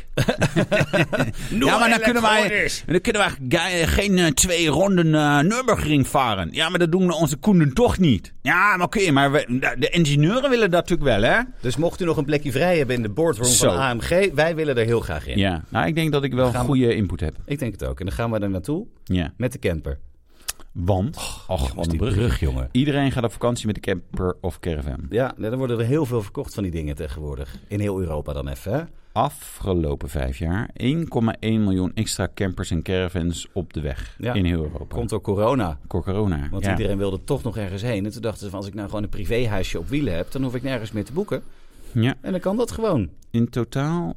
Speaker 3: ja, maar dan kunnen, wij,
Speaker 4: elektronisch.
Speaker 3: dan kunnen wij ge- geen eh, twee ronden eh Nürburgring varen. Ja, maar dat doen onze koenden toch niet. Ja, maar oké, maar we- de- de ingenieuren willen dat natuurlijk wel, hè?
Speaker 2: Dus mocht u nog een plekje vrij hebben in de boardroom
Speaker 3: Zo.
Speaker 2: van AMG, wij willen er heel graag in.
Speaker 3: Ja, nou, ik denk dat ik wel goede input heb.
Speaker 2: Ik denk het ook. En dan gaan we er naartoe
Speaker 3: Ja.
Speaker 2: met de camper.
Speaker 3: Want, ach, wat een brug.
Speaker 2: jongen.
Speaker 3: Iedereen gaat op vakantie met de camper of caravan.
Speaker 2: Ja, nou, er worden er heel veel verkocht van die dingen tegenwoordig. In heel Europa dan even. hè?
Speaker 3: Afgelopen vijf jaar 1,1 miljoen extra campers en caravans op de weg
Speaker 2: Ja.
Speaker 3: in heel Europa.
Speaker 2: Komt door corona.
Speaker 3: Door corona.
Speaker 2: Want
Speaker 3: ja.
Speaker 2: iedereen wilde toch nog ergens heen. En toen dachten ze van, als ik nou gewoon een privéhuisje op wielen heb, dan hoef ik nergens meer te boeken.
Speaker 3: Ja.
Speaker 2: En dan kan dat gewoon.
Speaker 3: In totaal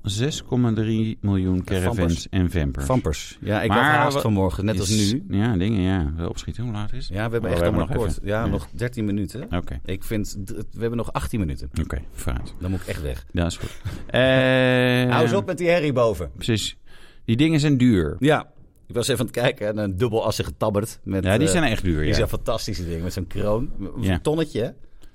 Speaker 3: 6,3 miljoen caravans en vampers.
Speaker 2: Vampers. Ja, ik
Speaker 3: Maar
Speaker 2: had haast
Speaker 3: wat-
Speaker 2: vanmorgen, net als
Speaker 3: Is-
Speaker 2: nu.
Speaker 3: Ja, dingen, ja. Wel opschieten, hoe laat is het?
Speaker 2: Ja, we hebben
Speaker 3: Oh,
Speaker 2: echt allemaal
Speaker 3: nog
Speaker 2: kort.
Speaker 3: even.
Speaker 2: Ja,
Speaker 3: Ja.
Speaker 2: nog 13 minuten.
Speaker 3: Oké,
Speaker 2: Ik vind, d- we hebben nog 18 minuten.
Speaker 3: oké, vooruit.
Speaker 2: Dan moet ik echt weg.
Speaker 3: Dat is goed.
Speaker 2: Hou
Speaker 3: Hou
Speaker 2: eens op met die herrie boven.
Speaker 3: Precies. Die dingen zijn duur.
Speaker 2: Ja, ik was even aan het kijken. En een dubbelassige tabbert. Met,
Speaker 3: Ja, die
Speaker 2: eh,
Speaker 3: zijn echt duur,
Speaker 2: die
Speaker 3: ja.
Speaker 2: zijn fantastische dingen. Met zo'n kroon. Een
Speaker 3: Ja.
Speaker 2: tonnetje, hè?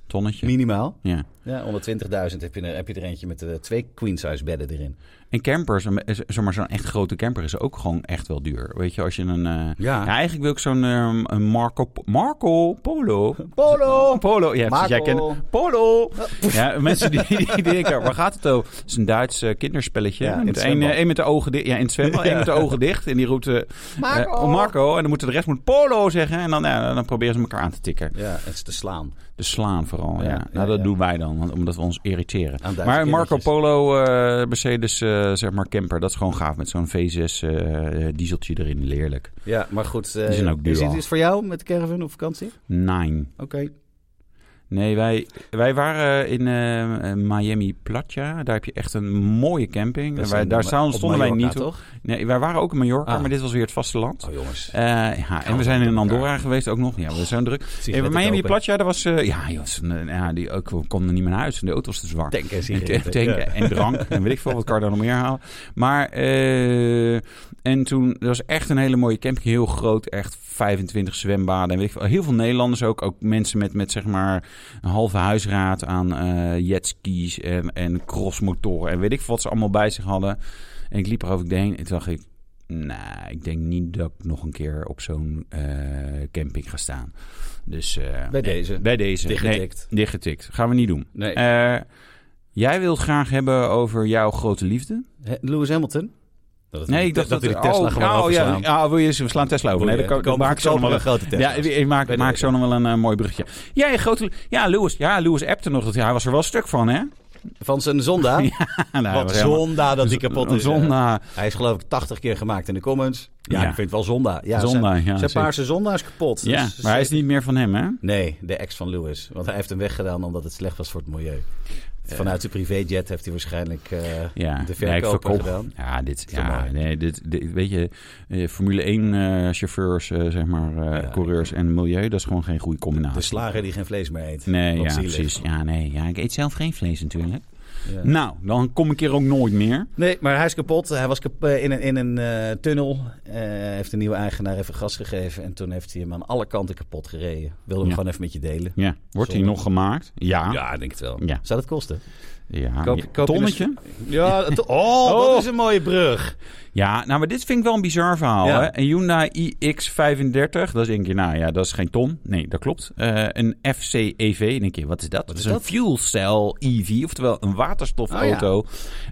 Speaker 3: Tonnetje.
Speaker 2: minimaal.
Speaker 3: Ja.
Speaker 2: Ja, 120.000 heb je, er, heb je er eentje met eh, twee queen-size bedden erin.
Speaker 3: En campers, een- eh, zeg maar, zo'n echt grote camper is ook gewoon echt wel duur. Weet je, als je een... eh,
Speaker 2: Ja.
Speaker 3: ja, eigenlijk wil ik zo'n ehm, een Marco, Marco Polo.
Speaker 2: Polo!
Speaker 3: Polo, ja, precies, jij
Speaker 2: Marco.
Speaker 3: kent Polo. Ja, mensen die, die denken, waar gaat het over? Het is een Duits eh, kinderspelletje.
Speaker 2: Ja, in
Speaker 3: met
Speaker 2: het
Speaker 3: één,
Speaker 2: zwembad.
Speaker 3: eh, één met de ogen dicht. Ja, in het zwembad. Eén met de ogen dicht. En die roept eh,
Speaker 2: Marco.
Speaker 3: eh, oh, Marco. En dan moeten de rest moet Polo zeggen. En dan, ja, dan proberen ze elkaar aan te tikken.
Speaker 2: Ja, het is te slaan.
Speaker 3: De slaan vooral, ja.
Speaker 2: Ja, ja,
Speaker 3: nou, dat
Speaker 2: ja.
Speaker 3: doen wij dan, want- omdat we ons irriteren.
Speaker 2: Aan Duitse
Speaker 3: Maar Marco
Speaker 2: kindertjes.
Speaker 3: Polo eh, Mercedes, eh, zeg maar camper, dat is gewoon gaaf. Met zo'n V6 eh, eh, dieseltje erin, leerlijk.
Speaker 2: Ja, maar goed. eh,
Speaker 3: Die zijn ook duur
Speaker 2: Is
Speaker 3: al.
Speaker 2: het iets voor jou met de caravan op vakantie?
Speaker 3: Nine.
Speaker 2: Oké.
Speaker 3: Nee, wij, wij waren in eh, eh, Miami Platja. Daar heb je echt een mooie camping. En
Speaker 2: Dat
Speaker 3: wij,
Speaker 2: zijn
Speaker 3: daar
Speaker 2: Ma-
Speaker 3: staan,
Speaker 2: op
Speaker 3: stonden wij
Speaker 2: Mallorca,
Speaker 3: niet op.
Speaker 2: toch?
Speaker 3: Nee, wij waren ook in Mallorca,
Speaker 2: Ah.
Speaker 3: maar dit was weer het vasteland.
Speaker 2: Oh jongens.
Speaker 3: Eh, ja, en we zijn in Andorra geweest ook nog. Ja, we zijn druk.
Speaker 2: Zie je
Speaker 3: Eh,
Speaker 2: dat
Speaker 3: Miami
Speaker 2: het open-
Speaker 3: Platja, daar was... eh, ja, joh, was een, eh, ja, die, ook, we konden niet meer naar huis. en De auto was te zwaar.
Speaker 2: Tanken en
Speaker 3: En
Speaker 2: sigaretten.
Speaker 3: tanken
Speaker 2: Ja.
Speaker 3: en drank en weet ik veel wat kan je daar nog meer halen. Maar, eh, en toen, dat was echt een hele mooie camping. Heel groot, echt 25 zwembaden en weet ik veel. Heel veel Nederlanders ook. Ook mensen met, met zeg maar een halve huisraad aan eh, jetskis en, en crossmotoren. En weet ik veel wat ze allemaal bij zich hadden. En ik liep erover heen en toen dacht ik... Nou, ik denk niet dat ik nog een keer op zo'n eh, camping ga staan. Dus eh,
Speaker 2: Bij deze.
Speaker 3: bij deze.
Speaker 2: Dichtgetikt.
Speaker 3: Nee, dichtgetikt. Gaan we niet doen.
Speaker 2: Nee.
Speaker 3: Eh, jij wilt graag hebben over jouw grote liefde?
Speaker 2: Hè, Lewis Hamilton? Dat het-
Speaker 3: Nee, ik dacht dat,
Speaker 2: we die Tesla
Speaker 3: oh,
Speaker 2: gewoon
Speaker 3: oh, ja,
Speaker 2: overslaan.
Speaker 3: ja, wil je ze- we slaan Tesla over? Nee,
Speaker 2: Wil
Speaker 3: dat
Speaker 2: je- er
Speaker 3: kan,
Speaker 2: komen
Speaker 3: maak ik zo nog
Speaker 2: goedkoper
Speaker 3: wel
Speaker 2: grote
Speaker 3: een, ja,
Speaker 2: Tesla's.
Speaker 3: ik maak,
Speaker 2: Bij de
Speaker 3: maak
Speaker 2: weten.
Speaker 3: zo nog wel een eh, mooi bruggetje. Ja, je grote, ja, Lewis, ja, Lewis appte nog dat hij was er wel stuk van, hè?
Speaker 2: Van zijn Zonda.
Speaker 3: Nou, hij
Speaker 2: Wat
Speaker 3: was helemaal-
Speaker 2: Zonda dat die kapot is. hè.
Speaker 3: Zonda.
Speaker 2: Hij is geloof ik 80 keer gemaakt in de comments. Ja,
Speaker 3: Ja.
Speaker 2: ik vind het wel zonda. Ja,
Speaker 3: Zonda, ja,
Speaker 2: zijn, zijn
Speaker 3: zeker.
Speaker 2: paarse zonda is kapot.
Speaker 3: Ja,
Speaker 2: Dus-
Speaker 3: maar hij is niet meer van hem, hè?
Speaker 2: Nee, de ex van Lewis. Want hij heeft hem weggedaan omdat het slecht was voor het milieu. Vanuit zijn privéjet heeft hij waarschijnlijk eh,
Speaker 3: Ja,
Speaker 2: de
Speaker 3: Eh. nee, ik
Speaker 2: verkoper
Speaker 3: verkoop-
Speaker 2: gedaan.
Speaker 3: Ja, dit,
Speaker 2: Zo
Speaker 3: ja
Speaker 2: mooi.
Speaker 3: nee, dit, dit- weet je, eh, Formule 1 eh, chauffeurs, eh, zeg maar, eh,
Speaker 2: Ja.
Speaker 3: coureurs en milieu, dat is gewoon geen goede combinatie.
Speaker 2: De slager die geen vlees meer eet.
Speaker 3: Nee,
Speaker 2: Wat
Speaker 3: ja,
Speaker 2: zielig.
Speaker 3: precies. Ja, nee, ja, ik eet zelf geen vlees natuurlijk.
Speaker 2: Ja.
Speaker 3: Nou, dan kom ik hier ook nooit meer.
Speaker 2: Nee, maar hij is kapot. Hij was kap- eh, in een, in een eh, tunnel. Eh, heeft een nieuwe eigenaar even gas gegeven. En toen heeft hij hem aan alle kanten kapot gereden. Wilde hem
Speaker 3: Ja.
Speaker 2: gewoon even met je delen.
Speaker 3: Ja, wordt die
Speaker 2: Zonde.
Speaker 3: nog gemaakt? Ja. Ja.
Speaker 2: ik denk het wel.
Speaker 3: ja.
Speaker 2: Zou dat kosten? Koop-
Speaker 3: ja.
Speaker 2: koop je dus
Speaker 3: Tonnetje?
Speaker 2: Ja, het- oh,
Speaker 3: Oh.
Speaker 2: dat is een mooie brug.
Speaker 3: Ja, nou, maar dit vind ik wel een bizar verhaal.
Speaker 2: Ja.
Speaker 3: Hè? Een Hyundai iX35, dat is denk je, nou ja, dat is geen ton. Nee, dat klopt. Eh, een E FCEV, en denk je, wat is dat? dat
Speaker 2: is
Speaker 3: een
Speaker 2: dat?
Speaker 3: fuel cell EV, oftewel een
Speaker 2: Oh,
Speaker 3: waterstofauto.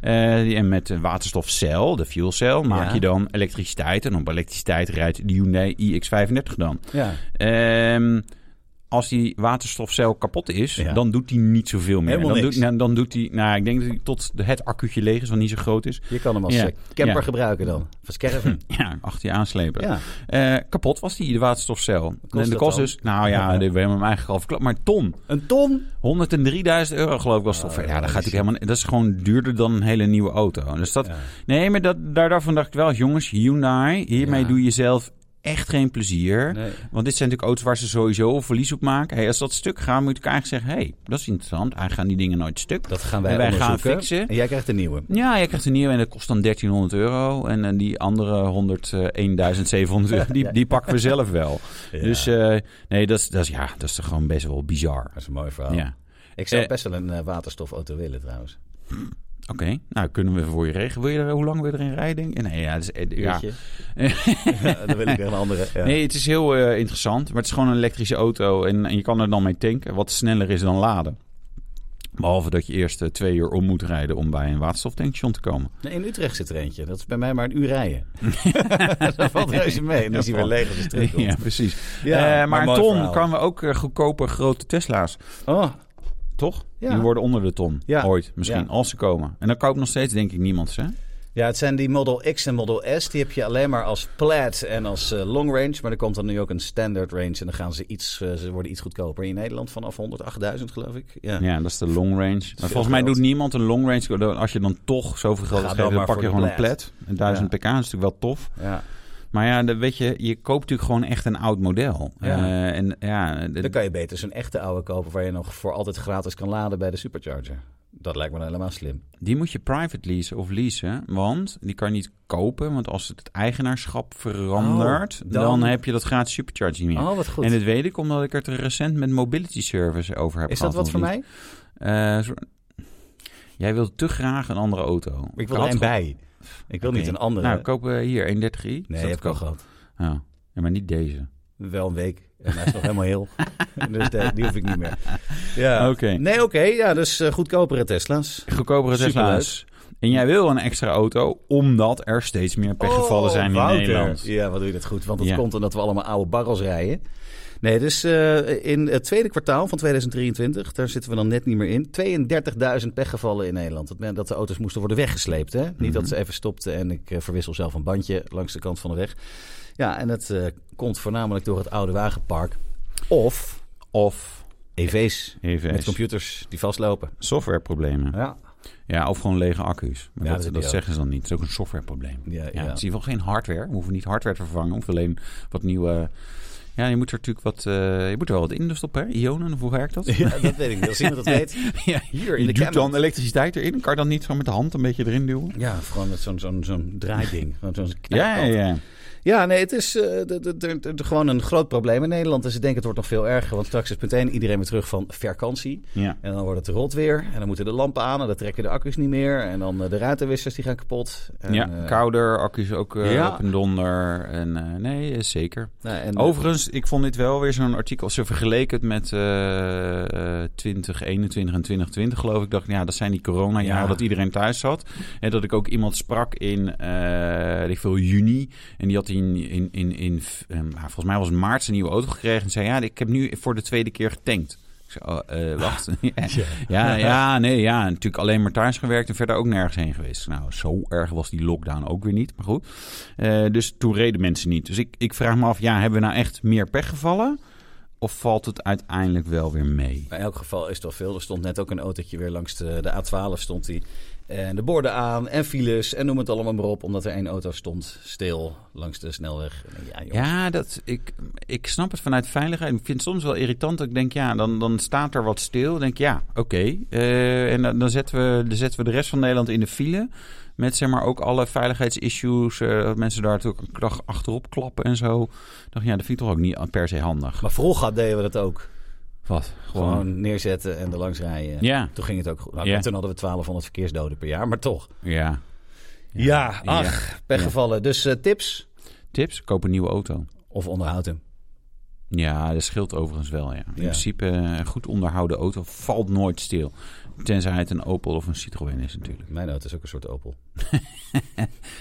Speaker 3: Eh, die- en met een waterstofcel, de fuel cell, maak
Speaker 2: Ja.
Speaker 3: je dan elektriciteit. En op elektriciteit rijdt de Hyundai iX35 dan.
Speaker 2: Ja.
Speaker 3: Ehm, als die waterstofcel kapot is,
Speaker 2: Ja.
Speaker 3: dan doet hij niet zoveel meer.
Speaker 2: Helemaal
Speaker 3: dan,
Speaker 2: niks.
Speaker 3: Doet, nou, dan doet hij, nou, ik denk dat hij tot het accuutje leeg is, want niet zo groot is.
Speaker 2: Je kan hem als
Speaker 3: Ja.
Speaker 2: eh, camper
Speaker 3: Ja.
Speaker 2: gebruiken dan. Of als caravan.
Speaker 3: Ja, achter je aanslepen.
Speaker 2: ja.
Speaker 3: Eh, kapot was die, de waterstofcel.
Speaker 2: kost
Speaker 3: en de
Speaker 2: dat
Speaker 3: kost
Speaker 2: dan?
Speaker 3: dus, nou ja, we hebben hem eigenlijk al verklapt, maar een ton.
Speaker 2: Een ton?
Speaker 3: 103.000 euro geloof ik was
Speaker 2: Oh,
Speaker 3: het. ongeveer. ja, dat gaat natuurlijk helemaal. Dat is gewoon duurder dan een hele nieuwe auto. Dus dat. Nee, maar dat, daar, daarvan dacht ik wel, jongens, Hyundai, hiermee
Speaker 2: Ja.
Speaker 3: doe je zelf echt geen plezier.
Speaker 2: Nee.
Speaker 3: Want dit zijn natuurlijk auto's waar ze sowieso verlies op maken. Hey, als dat stuk gaat, moet ik eigenlijk zeggen, hey, dat is interessant. Eigenlijk gaan die dingen nooit stuk.
Speaker 2: Dat gaan wij,
Speaker 3: En wij gaan
Speaker 2: onderzoeken.
Speaker 3: fixen.
Speaker 2: En jij krijgt een nieuwe.
Speaker 3: Ja, je krijgt een nieuwe en dat kost dan 1300 euro. En, eh, die andere 100, eh, 1700 euro, die, die pakken we zelf wel. Dus eh, nee, dat is, dat, is, ja, dat is toch gewoon best wel bizar.
Speaker 2: Dat is een mooi verhaal.
Speaker 3: Ja.
Speaker 2: Ik zou
Speaker 3: Eh.
Speaker 2: best wel een eh, waterstofauto willen trouwens.
Speaker 3: Oké, nou kunnen we voor je regelen. Wil je er, hoe lang wil je erin rijden? Nee, ja, dat is, eh, ja.
Speaker 2: Uurtje. dan wil ik weer een andere. Ja.
Speaker 3: nee, het is heel eh, interessant. Maar het is gewoon een elektrische auto en, en je kan er dan mee tanken. Wat sneller is dan laden. Behalve dat je eerst eh, twee uur om moet rijden om bij een waterstoftankstation te komen.
Speaker 2: Nee, In Utrecht zit er eentje. Dat is bij mij maar een uur rijden. dat valt reuze mee. En dan is hij weer leeg als het terugkomt.
Speaker 3: Ja, precies.
Speaker 2: Ja,
Speaker 3: Eh,
Speaker 2: maar
Speaker 3: maar een
Speaker 2: mooi
Speaker 3: ton
Speaker 2: verhaal.
Speaker 3: kan we ook eh, goedkope grote Tesla's.
Speaker 2: Oh,
Speaker 3: Toch?
Speaker 2: Ja.
Speaker 3: Die worden onder de ton.
Speaker 2: Ja.
Speaker 3: Ooit misschien,
Speaker 2: Ja.
Speaker 3: als ze komen. En dan koopt nog steeds denk ik niemand hè?
Speaker 2: Ja, het zijn die Model X en Model S. Die heb je alleen maar als plat en als eh, long range. Maar er komt dan nu ook een standard range. En dan gaan ze iets, eh, ze worden iets goedkoper. In Nederland vanaf 108.000 geloof ik. Ja.
Speaker 3: Ja, dat is de long range. Maar volgens mij
Speaker 2: geld.
Speaker 3: doet niemand een long range. Als je dan toch zoveel geld
Speaker 2: Ga
Speaker 3: geeft,
Speaker 2: dan
Speaker 3: dan,
Speaker 2: maar
Speaker 3: pak
Speaker 2: voor
Speaker 3: je
Speaker 2: de
Speaker 3: gewoon een
Speaker 2: plat.
Speaker 3: plat. En 1000 pk is natuurlijk wel tof.
Speaker 2: Ja.
Speaker 3: Maar ja, dan weet je, je koopt natuurlijk gewoon echt een oud model.
Speaker 2: Ja.
Speaker 3: Eh, en ja,
Speaker 2: Dan
Speaker 3: de,
Speaker 2: kan je beter zo'n echte oude kopen waar je nog voor altijd gratis kan laden bij de supercharger. Dat lijkt me nou helemaal slim.
Speaker 3: die moet je private leasen of leasen. Want die kan je niet kopen. Want als het, het eigenaarschap verandert,
Speaker 2: Oh,
Speaker 3: dan...
Speaker 2: dan-
Speaker 3: heb je dat gratis supercharge niet meer.
Speaker 2: Oh, wat goed.
Speaker 3: En dat weet ik omdat ik het er recent met mobility service over heb
Speaker 2: Is
Speaker 3: gehad.
Speaker 2: dat wat voor mij?
Speaker 3: Eh, zo- Jij wilt te graag een andere auto.
Speaker 2: Ik wil
Speaker 3: Had
Speaker 2: alleen
Speaker 3: gewoon-
Speaker 2: bij. Ik wil niet
Speaker 3: Nee.
Speaker 2: een andere.
Speaker 3: Nou, koop eh, hier 130i. Is
Speaker 2: nee,
Speaker 3: dat
Speaker 2: heb ik
Speaker 3: te
Speaker 2: al
Speaker 3: koop?
Speaker 2: gehad.
Speaker 3: Ja. Ja, maar niet deze.
Speaker 2: Wel een week. En hij is nog helemaal heel. Dus de- die hoef ik niet meer. Ja.
Speaker 3: Oké.
Speaker 2: Nee, oké. Ja, dus eh, goedkopere Tesla's.
Speaker 3: Goedkopere Tesla's. En jij wil een extra auto, omdat er steeds meer pechgevallen
Speaker 2: Oh,
Speaker 3: zijn in
Speaker 2: Wouter.
Speaker 3: Nederland.
Speaker 2: Ja, wat doe je dat goed. Want dat
Speaker 3: Ja.
Speaker 2: komt omdat we allemaal oude barrels rijden. Nee, dus eh, in het tweede kwartaal van 2023, daar zitten we dan net niet meer in, 32.000 pechgevallen in Nederland. Dat, men- dat de auto's moesten worden weggesleept. Hè? Niet
Speaker 3: Mhm.
Speaker 2: dat ze even stopten en ik eh, verwissel zelf een bandje langs de kant van de weg. Ja, en dat eh, komt voornamelijk door het oude wagenpark. Of
Speaker 3: Of E
Speaker 2: EV's.
Speaker 3: even
Speaker 2: Met
Speaker 3: eens.
Speaker 2: computers die vastlopen.
Speaker 3: softwareproblemen.
Speaker 2: Ja.
Speaker 3: Ja, of gewoon lege accu's. Maar
Speaker 2: Ja, dat
Speaker 3: dat,
Speaker 2: heb
Speaker 3: dat,
Speaker 2: je ook.
Speaker 3: zeggen ze dan niet. Het is ook een softwareprobleem.
Speaker 2: Ja,
Speaker 3: Ja,
Speaker 2: ja.
Speaker 3: Het is in ieder geval geen hardware. We hoeven niet hardware te vervangen. We hoeven alleen wat nieuwe... Ja, je moet er natuurlijk wat... eh, je moet er wel wat in stoppen, hè? Ionen, of hoe werkt dat?
Speaker 2: dat weet ik niet. Als iemand dat weet.
Speaker 3: ja,
Speaker 2: Hier in
Speaker 3: je
Speaker 2: de
Speaker 3: doet
Speaker 2: camera.
Speaker 3: dan elektriciteit erin. Kan je dan niet zo met de hand een beetje erin duwen?
Speaker 2: Ja, gewoon met zo'n zo'n zo'n draaiding. Gewoon zo'n
Speaker 3: Ja, ja,
Speaker 2: knijpkant.
Speaker 3: ja.
Speaker 2: Ja, nee, het is eh, d- d- d- d- gewoon een groot probleem in Nederland. En ze denken het wordt nog veel erger. Want straks is meteen iedereen weer terug van vakantie.
Speaker 3: ja.
Speaker 2: En dan wordt het rot weer. En dan moeten de lampen aan. En dan trekken de accu's niet meer. En dan eh, de ruitenwissers die gaan kapot. En,
Speaker 3: ja,
Speaker 2: eh,
Speaker 3: kouder, accu's ook eh,
Speaker 2: ja.
Speaker 3: op en donder. En, eh, nee, eh, zeker.
Speaker 2: nou, en,
Speaker 3: Overigens, ik vond dit wel weer zo'n artikel. Ze vergeleken het met eh, eh, 2021 en 2020, geloof ik. Dacht, ik, ja, dat zijn die coronajaren
Speaker 2: Ja.
Speaker 3: dat iedereen thuis zat. En dat ik ook iemand sprak in, eh weet ik veel, juni. En die had in, in, in, in eh, nou, volgens mij was het maart zijn nieuwe auto gekregen. En zei, ja, ik heb nu voor de tweede keer getankt. Ik zei, oh, eh, wacht. ja, ja, nee, ja. En Natuurlijk alleen maar thuis gewerkt en verder ook nergens heen geweest. Nou, zo erg was die lockdown ook weer niet. Maar goed. Eh, dus toen reden mensen niet. Dus ik, ik vraag me af, ja, hebben we nou echt meer pechgevallen? Of valt het uiteindelijk wel weer mee?
Speaker 2: Maar in elk geval is het wel veel. Er stond net ook een autootje weer langs de, de A12 stond die. En de borden aan en files en noem het allemaal maar op. Omdat er één auto stond stil langs de snelweg. En Ja, jongens.
Speaker 3: Ja, dat, ik, ik snap het vanuit veiligheid. Ik vind het soms wel irritant. dat Ik denk, ja, dan, dan staat er wat stil. Dan denk ik, ja, oké. Eh, en dan, dan, zetten we, dan zetten we de rest van Nederland in de file. Met zeg maar ook alle veiligheidsissues. eh, dat mensen daar natuurlijk een dag achterop klappen en zo. Dan dacht ik, ja, dat vind ik toch ook niet per se handig.
Speaker 2: Maar vroeger deden we dat ook.
Speaker 3: Wat?
Speaker 2: Gewoon, neerzetten en er langs rijden.
Speaker 3: Ja,
Speaker 2: Toen ging het ook goed. Nou,
Speaker 3: Ja.
Speaker 2: Toen hadden we 1200 verkeersdoden per jaar, maar toch.
Speaker 3: ja.
Speaker 2: Ja, ach, pechgevallen. Dus eh, tips?
Speaker 3: Tips? Koop een nieuwe auto.
Speaker 2: Of onderhoud hem.
Speaker 3: Ja, dat scheelt overigens wel. Ja. In
Speaker 2: Ja.
Speaker 3: principe, eh, een goed onderhouden auto valt nooit stil. Tenzij het een Opel of een Citroën is natuurlijk.
Speaker 2: Mijn auto is ook een soort Opel.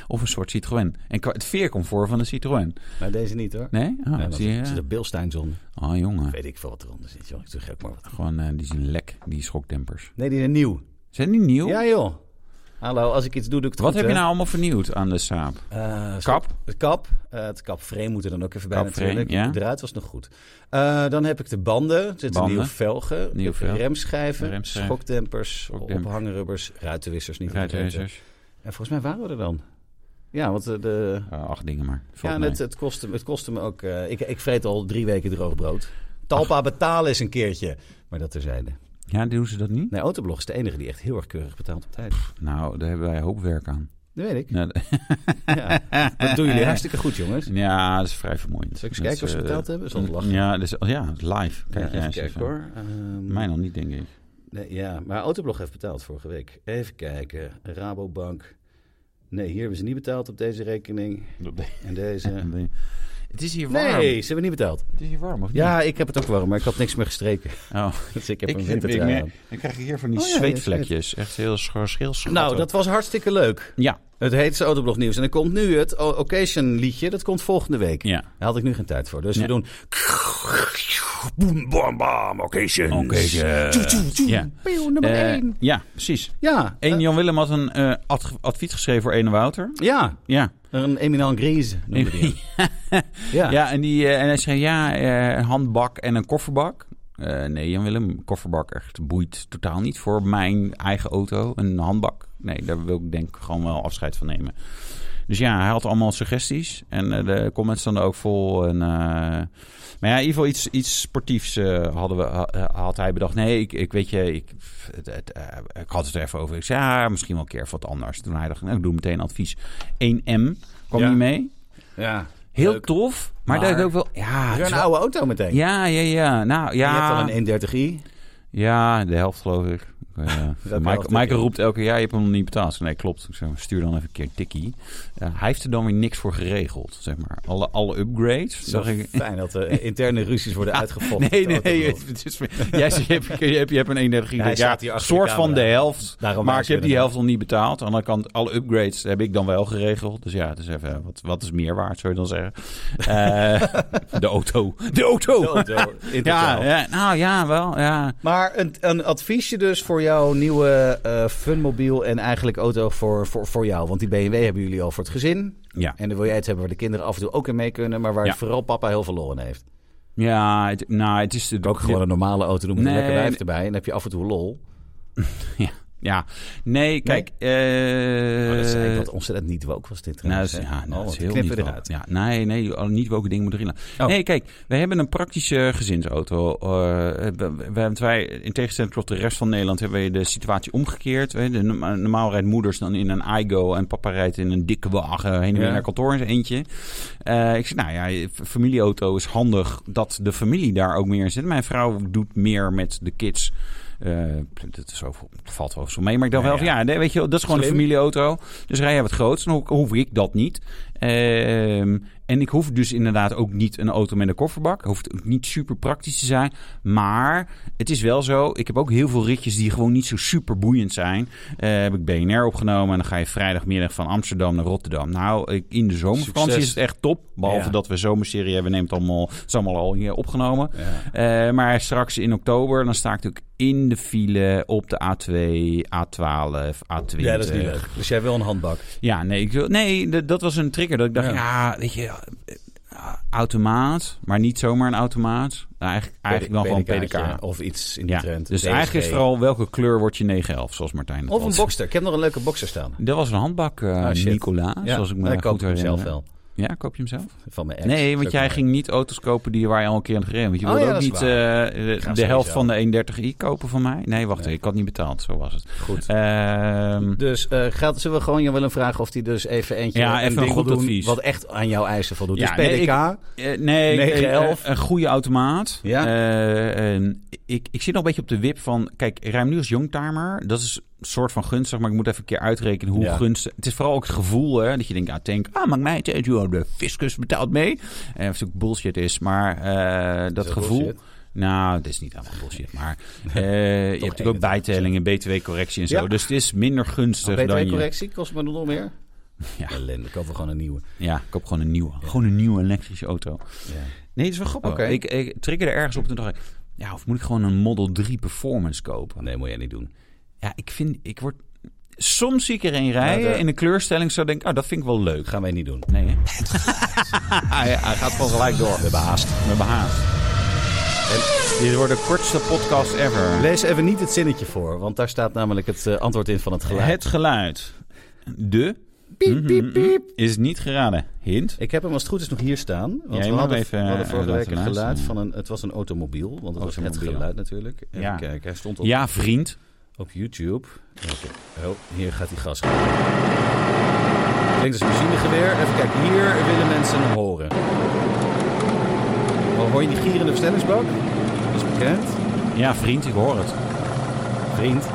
Speaker 3: Of een soort Citroën. En qua het veercomfort van een Citroën.
Speaker 2: Maar deze niet hoor.
Speaker 3: Nee? Oh,
Speaker 2: Nee, want
Speaker 3: zie
Speaker 2: er zit
Speaker 3: je?
Speaker 2: een Bilsteinzon.
Speaker 3: Oh, jongen.
Speaker 2: Weet ik veel wat eronder zit, joh. Ik zeg ook maar wat.
Speaker 3: Gewoon, eh, die zijn lek, die schokdempers.
Speaker 2: Nee, die zijn nieuw.
Speaker 3: Zijn die nieuw?
Speaker 2: Ja joh. Hallo, als ik iets doe, doe ik het
Speaker 3: Wat
Speaker 2: goed,
Speaker 3: heb je
Speaker 2: hè?
Speaker 3: nou allemaal vernieuwd aan de Saab?
Speaker 2: Eh, stop.
Speaker 3: Kap?
Speaker 2: Het kap. Eh, het kapframe moet er dan ook even bij
Speaker 3: Kapframe,
Speaker 2: natuurlijk.
Speaker 3: ja.
Speaker 2: De ruit was nog goed. Eh, dan heb ik de banden. Er zitten
Speaker 3: Banden.
Speaker 2: nieuwe velgen.
Speaker 3: Nieuw velg.
Speaker 2: Remschijven.
Speaker 3: Remschijf.
Speaker 2: Schokdempers.
Speaker 3: Schokdemper.
Speaker 2: Ophangrubbers. Ruitenwissers niet vergeten.
Speaker 3: Ruitenwissers.
Speaker 2: En volgens mij waren we er dan. Ja, want eh, de...
Speaker 3: Eh, acht dingen maar. Valt
Speaker 2: Ja, en
Speaker 3: mee.
Speaker 2: het, het, kostte, het kostte me ook... eh, ik, ik vreet al drie weken droog brood. Talpa betalen is een keertje. Maar dat terzijde.
Speaker 3: ja, doen ze dat niet?
Speaker 2: Nee, Autoblog is de enige die echt heel erg keurig betaalt op tijd.
Speaker 3: Nou, daar hebben wij een hoop werk aan.
Speaker 2: Dat weet ik.
Speaker 3: Nou,
Speaker 2: Ja. Dat doen jullie hartstikke goed, jongens. Zal
Speaker 3: ja, dat is vrij vermoeiend.
Speaker 2: ik eens kijken
Speaker 3: eh,
Speaker 2: of ze betaald hebben? Zal ik lachen?
Speaker 3: Ja, dus, ja, het is live. Kijk
Speaker 2: Ja,
Speaker 3: jij
Speaker 2: even
Speaker 3: eens
Speaker 2: kijken
Speaker 3: even.
Speaker 2: hoor. Ehm,
Speaker 3: Mij nog niet, denk ik.
Speaker 2: nee, ja, maar Autoblog heeft betaald vorige week. Even kijken. Rabobank. Nee, hier hebben ze niet betaald op deze rekening. En deze.
Speaker 3: Het is hier warm.
Speaker 2: Nee, ze hebben niet betaald.
Speaker 3: Het is hier warm, of niet?
Speaker 2: Ja, ik heb het ook warm, maar ik had niks meer gestreken.
Speaker 3: Oh.
Speaker 2: Dus ik heb
Speaker 3: Ik,
Speaker 2: een
Speaker 3: ik,
Speaker 2: wintertrui aan.
Speaker 3: merk- ik krijg hier van die
Speaker 2: Oh ja,
Speaker 3: zweetvlekjes. Echt heel schorschil
Speaker 2: Nou, dat was hartstikke leuk.
Speaker 3: Ja.
Speaker 2: Het heetste Autoblog nieuws. En dan komt nu het O- Occasion liedje. Dat komt volgende week.
Speaker 3: Ja.
Speaker 2: Daar had ik nu geen tijd voor. Dus we
Speaker 3: Nee.
Speaker 2: doen...
Speaker 4: Boom, bam, bam, occasions. Tjoe, tjoe, tjoe.
Speaker 3: Ja.
Speaker 2: Pew, nummer
Speaker 3: Eh,
Speaker 2: één.
Speaker 3: ja, precies.
Speaker 2: Ja.
Speaker 3: En
Speaker 2: eh,
Speaker 3: Jan Willem had een eh, ad- advies geschreven voor Ene Wouter.
Speaker 2: ja.
Speaker 3: Ja.
Speaker 2: Een Eminent Grise noemde die hem. Ja.
Speaker 3: Ja, en, die, eh, en hij zei ja, eh, een handbak en een kofferbak. Eh, nee, Jan Willem, kofferbak echt boeit totaal niet voor mijn eigen auto. Een handbak, nee, daar wil ik denk ik gewoon wel afscheid van nemen. Dus ja, hij had allemaal suggesties. En eh, de comments stonden ook vol. En, eh, maar ja, in ieder geval iets, iets sportiefs eh, hadden we, ha- eh, had hij bedacht. Nee, ik, ik weet je, ik, het, het, eh, ik had het er even over. Ik zei, ja, misschien wel een keer even wat anders. Toen hij dacht, nou, ik doe meteen advies. 1M kwam
Speaker 2: Ja.
Speaker 3: niet mee.
Speaker 2: ja.
Speaker 3: Heel
Speaker 2: Leuk.
Speaker 3: tof, maar,
Speaker 2: Maar-
Speaker 3: daar heb ik ook wel... Ja, het
Speaker 2: Weer
Speaker 3: is
Speaker 2: een
Speaker 3: wel-
Speaker 2: oude auto meteen.
Speaker 3: ja, ja, ja. Nou,
Speaker 2: Je
Speaker 3: ja.
Speaker 2: hebt al een 31i.
Speaker 3: Ja, de helft geloof ik. Eh,
Speaker 2: elf
Speaker 3: Michael,
Speaker 2: tikkie.
Speaker 3: Michael roept elke jaar, je hebt hem nog niet betaald. Ik zei, Nee, klopt. Ik zei, stuur dan even een keer een tikkie. Ja, hij heeft er dan weer niks voor geregeld, zeg maar. Alle, alle upgrades.
Speaker 2: Zo
Speaker 3: Zag ik,
Speaker 2: fijn dat de interne ruzies worden uitgevochten.
Speaker 3: nee, nee,
Speaker 2: op de
Speaker 3: nee.
Speaker 2: autoband.
Speaker 3: het is- Jij zegt, je hebt, je hebt, je hebt een 31 gig.
Speaker 2: hij
Speaker 3: Ja,
Speaker 2: staat hier achter de
Speaker 3: soort van de
Speaker 2: camera.
Speaker 3: helft.
Speaker 2: Daarom
Speaker 3: maar ik
Speaker 2: waarschuwen
Speaker 3: heb die
Speaker 2: we.
Speaker 3: helft nog niet betaald. Aan de andere kant, alle upgrades heb ik dan wel geregeld. Dus ja, het is even, wat, wat is meer waard, zou je dan zeggen? Eh, de auto. De auto!
Speaker 2: De auto, in totaal.
Speaker 3: ja, ja, nou ja, wel, ja.
Speaker 2: Maar een, een adviesje dus voor jouw nieuwe eh, funmobiel en eigenlijk auto voor, voor, voor jou. Want die BMW hebben jullie al voor het gezin.
Speaker 3: Ja.
Speaker 2: En dan wil jij iets hebben waar de kinderen af en toe ook in mee kunnen. Maar waar
Speaker 3: Ja.
Speaker 2: vooral papa heel veel lol in heeft.
Speaker 3: Ja, het, nou, het is...
Speaker 2: Ook gewoon een normale auto doen met
Speaker 3: Nee,
Speaker 2: een lekker wijf
Speaker 3: nee.
Speaker 2: erbij. En dan heb je af en toe lol.
Speaker 3: Ja, nee, kijk... eh,
Speaker 2: Maar Oh, dat is eigenlijk wat ontzettend niet woke was dit
Speaker 3: Nou,
Speaker 2: trouwens.
Speaker 3: dat is,
Speaker 2: hè?
Speaker 3: ja, nou,
Speaker 2: Oh,
Speaker 3: dat is
Speaker 2: wat
Speaker 3: heel
Speaker 2: knippen
Speaker 3: niet
Speaker 2: we eruit.
Speaker 3: wel. Ja, nee, nee, al- niet welke dingen moeten erin laten.
Speaker 2: Oh.
Speaker 3: Nee, kijk, we hebben een praktische gezinsauto. Eh, we- we, we, want wij, in tegenstelling tot de rest van Nederland, hebben we de situatie omgekeerd. Hè, de, norma- normaal rijdt moeders dan in een iGo en papa rijdt in een dikke wagen heen en weer
Speaker 2: Ja.
Speaker 3: naar kantoor in zijn eentje. Eh, ik zeg, nou ja, f- familieauto is handig dat de familie daar ook meer in zit. Mijn vrouw doet meer met de kids. Eh, dat is over, valt wel zo mee. Maar ik dacht
Speaker 2: Ja,
Speaker 3: wel van ja, nee, weet je, wel, dat is gewoon een
Speaker 2: Slim.
Speaker 3: familieauto. Dus rij jij wat groots, dan ho- hoef ik dat niet. Ehm, en ik hoef dus inderdaad ook niet een auto met een kofferbak. Hoeft ook niet super praktisch te zijn. Maar het is wel zo. Ik heb ook heel veel ritjes die gewoon niet zo super boeiend zijn. Eh, heb ik BNR opgenomen. En dan ga je vrijdagmiddag van Amsterdam naar Rotterdam. Nou, ik- in de zomervakantie
Speaker 2: Succes.
Speaker 3: is het echt top. Behalve
Speaker 2: Ja.
Speaker 3: dat we zomerserie hebben. We nemen het allemaal, het is allemaal al hier opgenomen.
Speaker 2: Ja.
Speaker 3: Eh, maar straks in oktober, dan sta ik natuurlijk in de file op de A2, A12, A20.
Speaker 1: Ja, dat is niet leuk.
Speaker 2: Dus jij wil een handbak.
Speaker 3: Ja, nee, ik wil, nee d- dat was een trigger. Dat ik dacht, ja,
Speaker 1: Ja.
Speaker 3: weet je, eh, automaat, maar niet zomaar een automaat. Nou, eigenlijk, eigenlijk wel gewoon
Speaker 2: PDK 'tje
Speaker 3: PDK.
Speaker 2: Of iets in die
Speaker 3: Ja,
Speaker 2: trend.
Speaker 3: dus
Speaker 2: DSG.
Speaker 3: eigenlijk is vooral welke kleur wordt je 911, zoals Martijn dat
Speaker 2: Of een
Speaker 3: altijd-
Speaker 2: boxster. Ik heb nog een leuke boxster staan.
Speaker 3: Dat was een handbak, eh
Speaker 2: Ah, shit.
Speaker 3: Nicola, zoals ik me
Speaker 2: maar
Speaker 3: goed
Speaker 2: koop ik hem
Speaker 3: herinner.
Speaker 2: zelf wel.
Speaker 3: Ja, koop je hem zelf?
Speaker 2: Van mijn ex.
Speaker 3: Nee,
Speaker 2: Leuk
Speaker 3: want jij
Speaker 2: maar.
Speaker 3: ging niet auto's kopen die waar je al een keer aan gereden. Want je
Speaker 2: Oh,
Speaker 3: wilde
Speaker 2: ja,
Speaker 3: ook
Speaker 2: dat is
Speaker 3: niet eh, de,
Speaker 2: ga
Speaker 3: de helft
Speaker 2: sowieso.
Speaker 3: van de 130i kopen van mij. Nee, wacht,
Speaker 2: Nee.
Speaker 3: ik had niet betaald. Zo was het.
Speaker 2: Goed.
Speaker 3: Ehm,
Speaker 2: Dus eh, gaat, zullen we gewoon Jan Willem vragen of hij dus even eentje
Speaker 3: Ja, even
Speaker 2: een
Speaker 3: een
Speaker 2: ding
Speaker 3: goed
Speaker 2: wil doen
Speaker 3: advies.
Speaker 2: wat echt aan jouw eisen voldoet.
Speaker 3: Ja,
Speaker 2: dus
Speaker 3: nee,
Speaker 2: PDK,
Speaker 3: eh, nee,
Speaker 2: 911.
Speaker 3: eh, een goede automaat.
Speaker 2: Ja.
Speaker 3: Eh, en ik, ik zit nog een beetje op de wip van... Kijk, ruim nu is Youngtimer. Dat is een soort van gunstig, maar ik moet even een keer uitrekenen hoe
Speaker 2: Ja.
Speaker 3: gunstig... Het is vooral ook het gevoel hè, dat je denkt, ah, tank, ah, maakt mij het uit. joh, De fiscus betaalt mee. En of het ook bullshit is, maar eh, dat
Speaker 2: dat
Speaker 3: gevoel...
Speaker 2: bullshit?
Speaker 3: Nou, dat is niet allemaal bullshit, maar eh, je hebt natuurlijk ook bijtellingen, btw-correctie en zo.
Speaker 2: Ja. Oh,
Speaker 3: Dus het is minder gunstig dan je...
Speaker 2: BTW-correctie, kost me nog meer.
Speaker 3: Ja.
Speaker 2: Ellende, kopen we gewoon een nieuwe.
Speaker 3: Ja, ik koop gewoon een nieuwe. Gewoon een nieuwe elektrische auto. Nee, dat is wel grappig.
Speaker 2: Oké.
Speaker 3: Oh, Ik, ik triggerde ergens op en dacht ik... Ja, of moet ik gewoon een Model 3 Performance kopen?
Speaker 2: Nee, moet jij niet doen.
Speaker 3: Ja, ik vind... Ik word... Soms zie ik er een rijden
Speaker 2: Ja, de-
Speaker 3: in een kleurstelling zo denk ik... Oh, dat vind ik wel leuk.
Speaker 2: Gaan wij niet doen.
Speaker 3: Nee, hè? Ah, ja, hij gaat gewoon gelijk door. Met behaast. Met behaast. En dit wordt de kortste podcast ever.
Speaker 2: Lees even niet het zinnetje voor, want daar staat namelijk het eh, antwoord in van het geluid.
Speaker 3: Het geluid. De...
Speaker 2: piep,
Speaker 3: Mhm,
Speaker 2: piep, piep.
Speaker 3: Is niet geraden. Hint.
Speaker 2: Ik heb hem als het goed is nog hier staan.
Speaker 3: Ja, je
Speaker 2: Want we
Speaker 3: moet
Speaker 2: hadden,
Speaker 3: hem even,
Speaker 2: we hadden
Speaker 3: eh,
Speaker 2: vorige week
Speaker 3: laten
Speaker 2: een geluid
Speaker 3: luisteren.
Speaker 2: van een... Het was een automobiel, want het was het
Speaker 3: Automobiel.
Speaker 2: geluid natuurlijk. Even
Speaker 3: Ja.
Speaker 2: kijken, hij stond op,
Speaker 3: Ja, vriend.
Speaker 2: op YouTube. Oké. Oh, hier gaat hij gas geven. Klinkt als een machinegeweer. Even kijken, hier willen mensen hem horen. Oh, hoor je die gierende versnellingsbak? Dat is bekend.
Speaker 3: Ja, vriend. Ik hoor het.
Speaker 2: Vriend.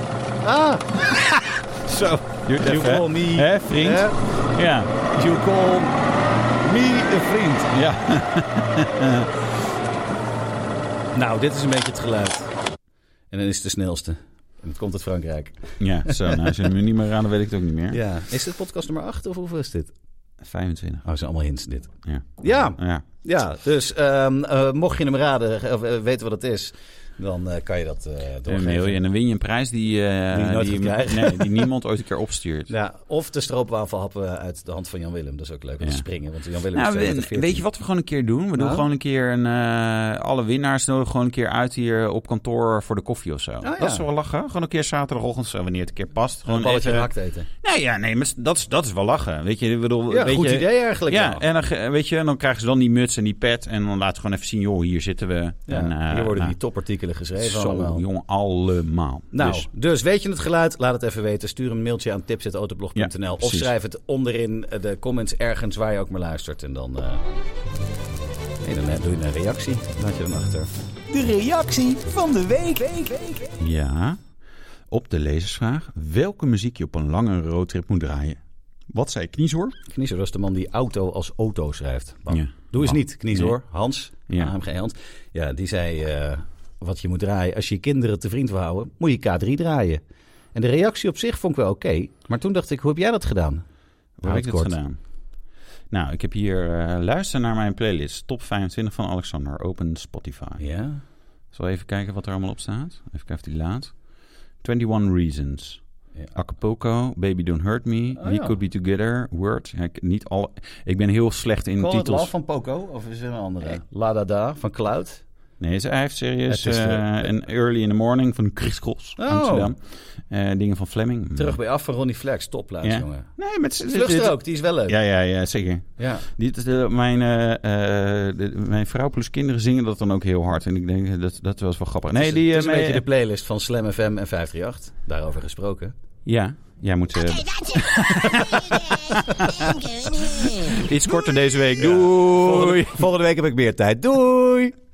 Speaker 2: Ah! Zo.
Speaker 3: Duurt
Speaker 2: You
Speaker 3: even, hè?
Speaker 2: call me...
Speaker 3: Hè, vriend?
Speaker 2: Hè?
Speaker 3: Ja.
Speaker 2: You call me een vriend.
Speaker 3: Ja.
Speaker 2: Nou, dit is een beetje het geluid. En dan is het de snelste. En het komt uit Frankrijk.
Speaker 3: Ja, zo. Nou, als je hem niet meer raden, weet ik het ook niet meer.
Speaker 2: Ja. Is dit podcast nummer 8 of hoeveel is dit?
Speaker 3: 25.
Speaker 2: Oh, het zijn allemaal hints dit.
Speaker 3: Ja.
Speaker 2: Ja,
Speaker 3: Ja.
Speaker 2: ja. dus ehm, eh, mocht je hem raden eh, of eh, weten wat het is, dan eh, kan je dat eh
Speaker 3: Een
Speaker 2: doorgeven.
Speaker 3: mail je en dan win je een prijs die, eh,
Speaker 2: Die je nooit gaat krijgen.
Speaker 3: nee, die niemand ooit een keer opstuurt.
Speaker 2: Ja, of de stroopwafelhappen uit de hand van Jan Willem. Dat is ook leuk om
Speaker 3: Ja.
Speaker 2: te springen, want Jan Willem
Speaker 3: Nou,
Speaker 2: is
Speaker 3: we-
Speaker 2: 214.
Speaker 3: weet je wat we gewoon een keer doen? We doen
Speaker 2: Nou?
Speaker 3: gewoon een keer een, eh, alle winnaars nodigen gewoon een keer uit hier op kantoor voor de koffie of zo.
Speaker 2: Oh, ja.
Speaker 3: Dat is wel lachen. Gewoon een keer zaterdagochtend, zo, wanneer het een keer past. Gewoon
Speaker 2: Een balletje
Speaker 3: even-
Speaker 2: gehakt eten.
Speaker 3: Nee, ja, nee, maar dat is, dat is wel lachen. Weet je, ik bedoel,
Speaker 2: Ja,
Speaker 3: weet
Speaker 2: goed
Speaker 3: je,
Speaker 2: idee eigenlijk.
Speaker 3: Ja,
Speaker 2: wel.
Speaker 3: en dan, ge- weet je, en dan krijgen ze dan die muts en die pet. En dan laten ze gewoon even zien, joh, hier zitten we.
Speaker 2: Ja,
Speaker 3: en, eh,
Speaker 2: hier worden
Speaker 3: nou,
Speaker 2: die topartikelen geschreven
Speaker 3: Zo,
Speaker 2: allemaal.
Speaker 3: jongen, allemaal.
Speaker 2: Nou,
Speaker 3: Dus,
Speaker 2: dus. weet je het geluid? Laat het even weten. Stuur een mailtje aan tips.autoblog.nl.
Speaker 3: Ja,
Speaker 2: of
Speaker 3: precies.
Speaker 2: schrijf het onderin eh, de comments ergens waar je ook maar luistert. En dan, eh, nee, dan eh, doe je een reactie. Laat je dan achter.
Speaker 5: De reactie van de week. week, week, week.
Speaker 3: ja. Op de lezersvraag welke muziek je op een lange roadtrip moet draaien. Wat zei Kniezoor?
Speaker 2: Kniezer, dat is de man die auto als auto schrijft. Bam.
Speaker 3: Ja.
Speaker 2: Doe eens
Speaker 3: Bam.
Speaker 2: niet, Kniezer
Speaker 3: Nee.
Speaker 2: hoor. Hans,
Speaker 3: Ja.
Speaker 2: AMG Hans. Ja, die zei eh, wat je moet draaien. Als je je kinderen te vriend wil houden, moet je K3 draaien. En de reactie op zich vond ik wel oké. maar toen dacht ik, hoe heb jij dat gedaan?
Speaker 3: Hoe heb ik dat
Speaker 2: kort.
Speaker 3: gedaan? Nou, ik heb hier... eh, luister naar mijn playlist. Top 25 van Alexander. Open Spotify.
Speaker 2: Ja.
Speaker 3: Zal even kijken wat er allemaal op staat. Even kijken of die laat. 21 Reasons.
Speaker 2: Ja.
Speaker 3: Acapulco, Baby Don't Hurt Me,
Speaker 2: Oh,
Speaker 3: We
Speaker 2: ja.
Speaker 3: Could Be Together, Word. Ja, ik, niet alle, ik ben heel slecht in
Speaker 2: Call It
Speaker 3: titels. Eh,
Speaker 2: Love van Poco? Of is er een andere?
Speaker 3: Nee.
Speaker 2: La Da Da van Cloud?
Speaker 3: Nee, ze- hij heeft serieus
Speaker 2: Het is de-
Speaker 3: eh, een Early in the Morning van Chris Cross,
Speaker 2: Oh.
Speaker 3: Amsterdam. Eh, dingen van Fleming.
Speaker 2: Terug bij af van Ronnie Flex. Topplaats,
Speaker 3: Ja.
Speaker 2: jongen.
Speaker 3: Nee, met z'n-
Speaker 2: Vluchtstrook, die is wel leuk.
Speaker 3: Ja, ja, ja, zeker.
Speaker 2: Ja.
Speaker 3: Dit is de- mijn, eh, eh, de- mijn vrouw plus kinderen zingen dat dan ook heel hard. En ik denk, eh, dat, dat was wel grappig. Nee, die...
Speaker 2: Dus het is
Speaker 3: eh,
Speaker 2: een
Speaker 3: mee-
Speaker 2: beetje de playlist van Slam FM en 538. Daarover gesproken.
Speaker 3: Ja, jij moet... eh,
Speaker 5: Okay, that's it.
Speaker 3: iets korter deze week.
Speaker 2: Volgende,
Speaker 3: Doei!
Speaker 2: volgende week heb ik meer tijd. Doei!